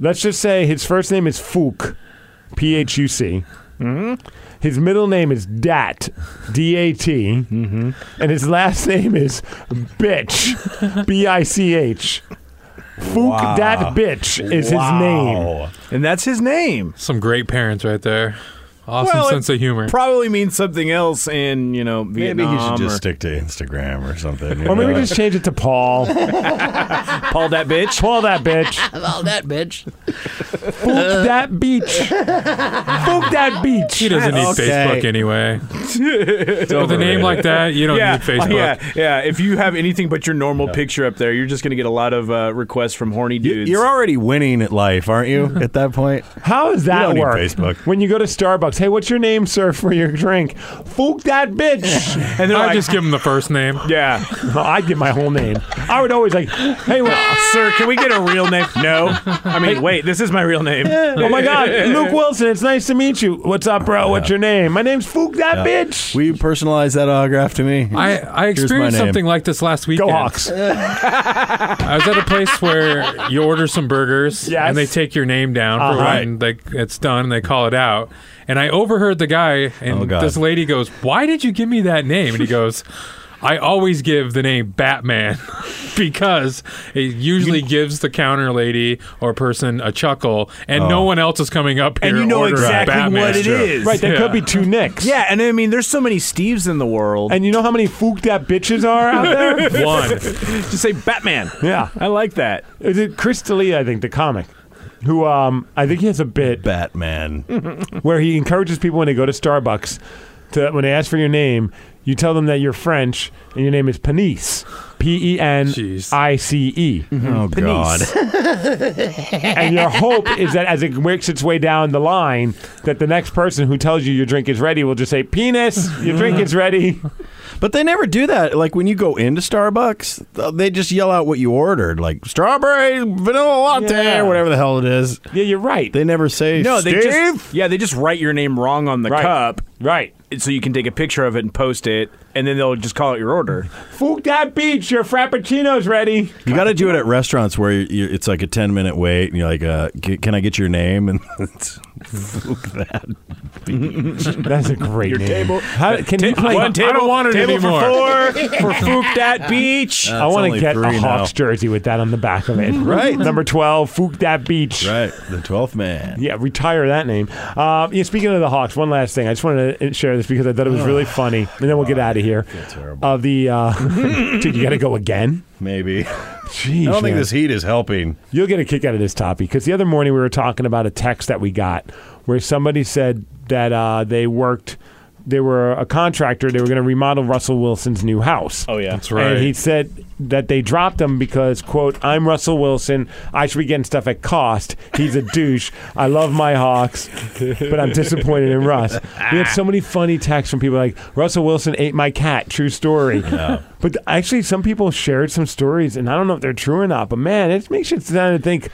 [SPEAKER 2] Let's just say his first name is Fook, P H U C. His middle name is Dat, D A T, and his last name is Bitch, B I C H. Fook
[SPEAKER 3] Wow.
[SPEAKER 2] Dat Bitch is his name.
[SPEAKER 6] And that's his name.
[SPEAKER 3] Some great parents right there. Awesome
[SPEAKER 6] Well, it
[SPEAKER 3] sense of humor.
[SPEAKER 6] Probably means something else in you know
[SPEAKER 7] Maybe
[SPEAKER 6] Vietnam.
[SPEAKER 7] he should just
[SPEAKER 6] or-
[SPEAKER 7] stick to Instagram or something.
[SPEAKER 2] Or maybe just change it to Paul.
[SPEAKER 6] Paul that bitch.
[SPEAKER 2] Paul that bitch.
[SPEAKER 12] Well, that bitch.
[SPEAKER 2] Fook that beach. Fook that beach.
[SPEAKER 3] He doesn't need Facebook anyway.
[SPEAKER 6] It's
[SPEAKER 3] With a name
[SPEAKER 6] overrated.
[SPEAKER 3] like that, you don't
[SPEAKER 6] yeah,
[SPEAKER 3] need Facebook.
[SPEAKER 6] Yeah, yeah. If you have anything but your normal picture up there, you're just going to get a lot of uh, requests from horny dudes.
[SPEAKER 7] You're already winning at life, aren't you? At that point,
[SPEAKER 2] How does that
[SPEAKER 7] You don't need
[SPEAKER 2] work?
[SPEAKER 7] Facebook.
[SPEAKER 2] When you go to Starbucks, hey, what's your name, sir, for your drink? Fook that bitch.
[SPEAKER 6] and
[SPEAKER 3] I just give him the first name.
[SPEAKER 6] Yeah.
[SPEAKER 2] I'd give my whole name. I would always like, hey,
[SPEAKER 7] Ah,
[SPEAKER 2] well,
[SPEAKER 6] sir, can we get a real name? No. I mean, wait, this is my real name.
[SPEAKER 2] oh my God, Luke Wilson, it's nice to meet you. What's up, bro? What's your name? My name's Fook that
[SPEAKER 7] Yeah.
[SPEAKER 2] bitch.
[SPEAKER 7] Will you personalize that autograph to me?
[SPEAKER 3] I, I
[SPEAKER 7] Here's my
[SPEAKER 3] experienced
[SPEAKER 7] name.
[SPEAKER 3] something like this last weekend.
[SPEAKER 7] Hawks.
[SPEAKER 3] I was at a place where you order some burgers
[SPEAKER 2] Yes.
[SPEAKER 3] and they take your name down for
[SPEAKER 2] Uh-huh.
[SPEAKER 3] when they, it's done and they call it out. And I overheard the guy
[SPEAKER 7] Oh,
[SPEAKER 3] and
[SPEAKER 7] God.
[SPEAKER 3] this lady goes, "Why did you give me that name?" And he goes. I always give the name Batman because it usually gives the counter lady or person a chuckle, and no
[SPEAKER 6] Oh.
[SPEAKER 3] one else is coming up here.
[SPEAKER 6] and you know
[SPEAKER 3] ordering
[SPEAKER 6] exactly
[SPEAKER 3] uh, Batman.
[SPEAKER 6] what it is.
[SPEAKER 3] Yeah.
[SPEAKER 2] two Nicks.
[SPEAKER 6] Yeah, and I mean, there's so many Steves in the world.
[SPEAKER 2] And you know how many Fook that bitches are out there?
[SPEAKER 3] One.
[SPEAKER 6] Just say Batman.
[SPEAKER 2] Yeah.
[SPEAKER 6] I like that.
[SPEAKER 2] Is it Chris D'Elia, I think, the comic, who um I think he has a bit
[SPEAKER 7] Batman
[SPEAKER 2] where he encourages people when they go to Starbucks to when they ask for your name, you tell them that you're French and your name is Panice. P E N I C E.
[SPEAKER 7] Oh God.
[SPEAKER 2] and your hope is that as it works its way down the line, that the next person who tells you your drink is ready will just say, "Penis, your drink is ready."
[SPEAKER 7] But they never do that. Like when you go into Starbucks, th- they just yell out what you ordered, like strawberry vanilla latte
[SPEAKER 2] Yeah.
[SPEAKER 7] or whatever the hell it is.
[SPEAKER 2] Yeah, you're right.
[SPEAKER 7] They never say
[SPEAKER 6] No, they
[SPEAKER 7] Steve.
[SPEAKER 6] just yeah, they just write your name wrong on the
[SPEAKER 2] Right.
[SPEAKER 6] cup,
[SPEAKER 2] right?
[SPEAKER 6] So you can take a picture of it and post it, and then they'll just call it your order.
[SPEAKER 2] Fook that beach, your frappuccino's ready.
[SPEAKER 7] You got to do it at restaurants where you you it's like a ten minute wait, and you're like, uh, "C- "Can I get your name?" And it's, fuck that.
[SPEAKER 2] That's a great
[SPEAKER 7] Your
[SPEAKER 2] name.
[SPEAKER 7] table-
[SPEAKER 2] How, can you play?
[SPEAKER 6] One table,
[SPEAKER 3] I don't want it
[SPEAKER 6] table
[SPEAKER 3] anymore.
[SPEAKER 6] for four for Fook that beach.
[SPEAKER 2] I want to
[SPEAKER 7] only
[SPEAKER 2] get a
[SPEAKER 7] three now.
[SPEAKER 2] Hawks jersey with that on the back of it.
[SPEAKER 7] Right.
[SPEAKER 2] number twelve, Fook that beach.
[SPEAKER 7] Right, the twelfth man.
[SPEAKER 2] Yeah, retire that name. Uh, yeah, speaking of the Hawks, one last thing. I just wanted to share this because I thought it was really funny, and then we'll get out of here.
[SPEAKER 7] Oh. terrible.
[SPEAKER 2] Of the, uh, dude, you got to go again.
[SPEAKER 7] Maybe.
[SPEAKER 2] Jeez,
[SPEAKER 7] I don't think
[SPEAKER 2] man.
[SPEAKER 7] this heat is helping.
[SPEAKER 2] You'll get a kick out of this topic because the other morning we were talking about a text that we got where somebody said that uh, they worked, they were a contractor, they were going to remodel Russell Wilson's new house.
[SPEAKER 6] Oh yeah,
[SPEAKER 3] That's right.
[SPEAKER 2] And he said that they dropped him because, quote, I'm Russell Wilson. I should be getting stuff at cost. He's a douche. I love my Hawks, but I'm disappointed in Russ. We had so many funny texts from people like, Russell Wilson ate my cat. True story. But actually, some people shared some stories, and I don't know if they're true or not, but man, it makes you sit down and think,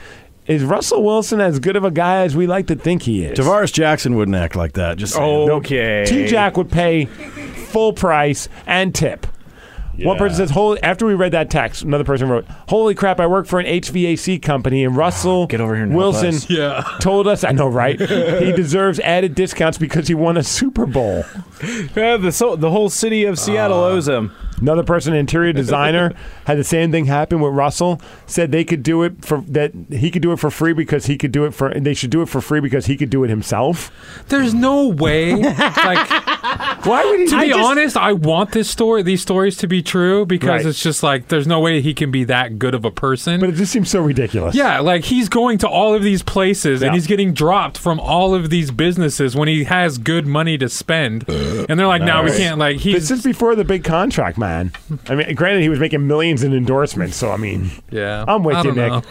[SPEAKER 2] is Russell Wilson as good of a guy as we like to think he is?
[SPEAKER 7] Tavares Jackson wouldn't act like that. Just saying.
[SPEAKER 6] Okay.
[SPEAKER 2] T Jack would pay full price and tip. One
[SPEAKER 7] Yeah.
[SPEAKER 2] person says, "Holy!" After we read that text, another person wrote, "Holy crap! I work for an HVAC company,
[SPEAKER 7] Ah,
[SPEAKER 2] and Russell
[SPEAKER 6] Get over here and help
[SPEAKER 2] Wilson
[SPEAKER 6] us."
[SPEAKER 3] Yeah.
[SPEAKER 2] told us I know, right? he deserves added discounts because he won a Super Bowl." Uh,
[SPEAKER 6] Yeah, the so, the whole city of Seattle owes him.
[SPEAKER 2] Another person, an interior designer, had the same thing happen with Russell. Said they could do it for that he could do it for free because he could do it for they should do it for free because he could do it himself.
[SPEAKER 3] There's no way. like
[SPEAKER 2] Why would he?
[SPEAKER 3] To
[SPEAKER 2] I
[SPEAKER 3] be
[SPEAKER 2] just-
[SPEAKER 3] honest, I want this story, these stories to be true because
[SPEAKER 2] Right.
[SPEAKER 3] it's just like there's no way he can be that good of a person. But
[SPEAKER 2] it just seems so ridiculous.
[SPEAKER 3] Yeah, like he's going to all of these places
[SPEAKER 2] Yeah.
[SPEAKER 3] and he's getting dropped from all of these businesses when he has good money to spend, and they're like, "Now we can't." Like he's
[SPEAKER 2] This is before the big contract, man. I mean, granted, he was making millions in endorsements, so I mean,
[SPEAKER 3] Yeah.
[SPEAKER 2] I'm with
[SPEAKER 3] I
[SPEAKER 2] you,
[SPEAKER 3] don't
[SPEAKER 2] Nick.
[SPEAKER 3] know.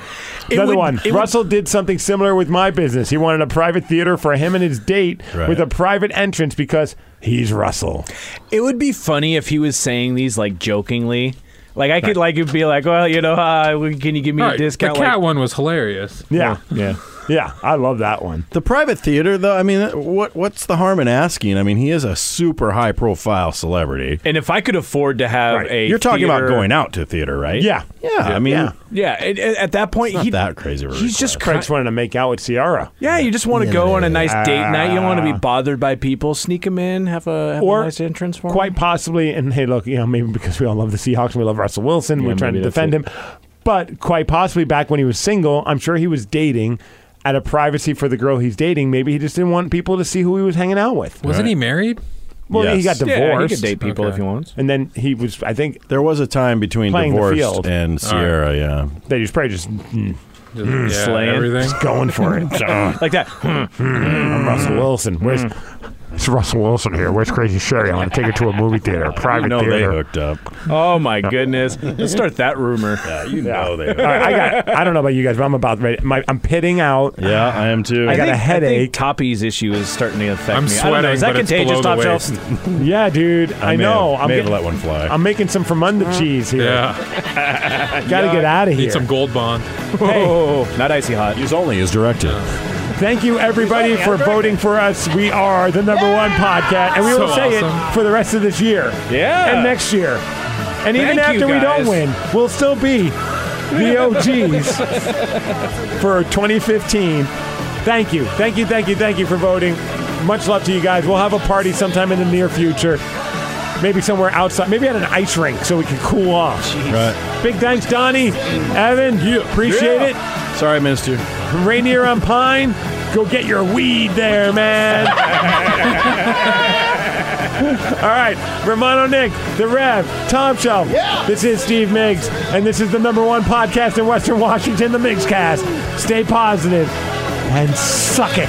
[SPEAKER 3] It
[SPEAKER 2] Another
[SPEAKER 3] would-
[SPEAKER 2] one.
[SPEAKER 3] it would-
[SPEAKER 2] Russell did something similar with my business. He wanted a private theater for him and his date
[SPEAKER 6] Right.
[SPEAKER 2] with a private entrance because he's Russell.
[SPEAKER 6] It would be funny if he was saying these like jokingly. Like I could like be like, well, you know, uh, can you give me
[SPEAKER 3] Right.
[SPEAKER 6] a discount?
[SPEAKER 3] The cat
[SPEAKER 6] Like-
[SPEAKER 3] one was hilarious.
[SPEAKER 2] Yeah. Yeah. Yeah. I love that one.
[SPEAKER 7] The private theater, though, I mean, what what's the harm in asking? I mean, he is a super high profile celebrity.
[SPEAKER 6] and if I could afford to have a,
[SPEAKER 7] You're talking about
[SPEAKER 6] theater-
[SPEAKER 7] going out to theater, right? Yeah. I mean,
[SPEAKER 6] yeah. and- and at that point,
[SPEAKER 7] It's not
[SPEAKER 6] he,
[SPEAKER 7] that crazy.
[SPEAKER 6] He's just
[SPEAKER 2] Craig's wanted to make out with Ciara.
[SPEAKER 6] Yeah, you just want to
[SPEAKER 2] Yeah.
[SPEAKER 6] go on a nice date night. You don't want to
[SPEAKER 2] Ah.
[SPEAKER 6] be bothered by people. Sneak them in, have a, have
[SPEAKER 2] Or
[SPEAKER 6] a nice entrance for 'em.
[SPEAKER 2] Quite possibly, and hey, look, you know, maybe because we all love the Seahawks and we love Russell Wilson,
[SPEAKER 6] Yeah,
[SPEAKER 2] we're trying to
[SPEAKER 6] maybe that's
[SPEAKER 2] defend him. But quite possibly, back when he was single, I'm sure he was dating out of privacy for the girl he's dating. Maybe he just didn't want people to see who he was hanging out with.
[SPEAKER 3] Wasn't he married?
[SPEAKER 2] Well, he got
[SPEAKER 7] Yes.
[SPEAKER 2] divorced.
[SPEAKER 7] Yeah, he could date people if he
[SPEAKER 6] wants.
[SPEAKER 2] And then he was, I think,
[SPEAKER 7] There was a time between
[SPEAKER 2] Playing the field.
[SPEAKER 7] divorced and
[SPEAKER 2] All right.
[SPEAKER 7] Sierra, yeah.
[SPEAKER 2] that he was probably just, mm,
[SPEAKER 3] Just,
[SPEAKER 2] mm,
[SPEAKER 3] yeah, everything.
[SPEAKER 2] just going for it.
[SPEAKER 6] like that. Hmm.
[SPEAKER 2] I'm Russell Wilson. Where's it's Russell Wilson here? Where's Crazy Sherry? I want to take her to a movie theater, a private
[SPEAKER 6] You know they
[SPEAKER 2] theater.
[SPEAKER 7] hooked up.
[SPEAKER 6] Oh my goodness! Let's start that rumor. Yeah,
[SPEAKER 7] you know they.
[SPEAKER 2] All right, I got. I don't know about you guys, but I'm about ready. My, I'm pitting out.
[SPEAKER 7] Yeah, I am too.
[SPEAKER 2] I, got a
[SPEAKER 6] think- I
[SPEAKER 2] headache.
[SPEAKER 6] think Toppy's issue is starting to affect
[SPEAKER 2] I'm
[SPEAKER 6] me. I don't know. Is that
[SPEAKER 2] sweating, but it's
[SPEAKER 6] contagious,
[SPEAKER 2] below
[SPEAKER 6] Top
[SPEAKER 2] the
[SPEAKER 6] Shelf?
[SPEAKER 2] yeah, dude.
[SPEAKER 7] I
[SPEAKER 2] I,
[SPEAKER 7] may
[SPEAKER 2] know.
[SPEAKER 7] have-
[SPEAKER 2] I'm
[SPEAKER 7] may have
[SPEAKER 2] getting-
[SPEAKER 7] let one fly.
[SPEAKER 2] I'm making some Fromunda cheese here.
[SPEAKER 3] Yeah.
[SPEAKER 2] Gotta get outta here.
[SPEAKER 3] Need some gold bond.
[SPEAKER 6] Whoa, Oh, not icy hot.
[SPEAKER 7] Use only as directed.
[SPEAKER 2] Thank you, everybody, for voting for us. We are the number one podcast, and we will
[SPEAKER 3] So
[SPEAKER 2] say
[SPEAKER 3] awesome.
[SPEAKER 2] it for the rest of this year.
[SPEAKER 3] Yeah.
[SPEAKER 2] And next year. And even
[SPEAKER 3] Thank you,
[SPEAKER 2] after we don't
[SPEAKER 3] guys.
[SPEAKER 2] win, we'll still be the OGs. for 2015. Thank you. Thank you, thank you, thank you for voting. Much love to you guys. We'll have a party sometime in the near future. Maybe somewhere outside, maybe at an ice rink so we can cool off.
[SPEAKER 7] Right.
[SPEAKER 2] Big thanks, Donnie, Evan. You appreciate
[SPEAKER 7] it. Sorry I missed you.
[SPEAKER 2] From Rainier on Pine, go get your weed there, man. All right, Romano Nick, The Rev, Tom Shelf. This is Steve Miggs, and this is the number one podcast in Western Washington, The Miggs Cast. Stay positive and suck it.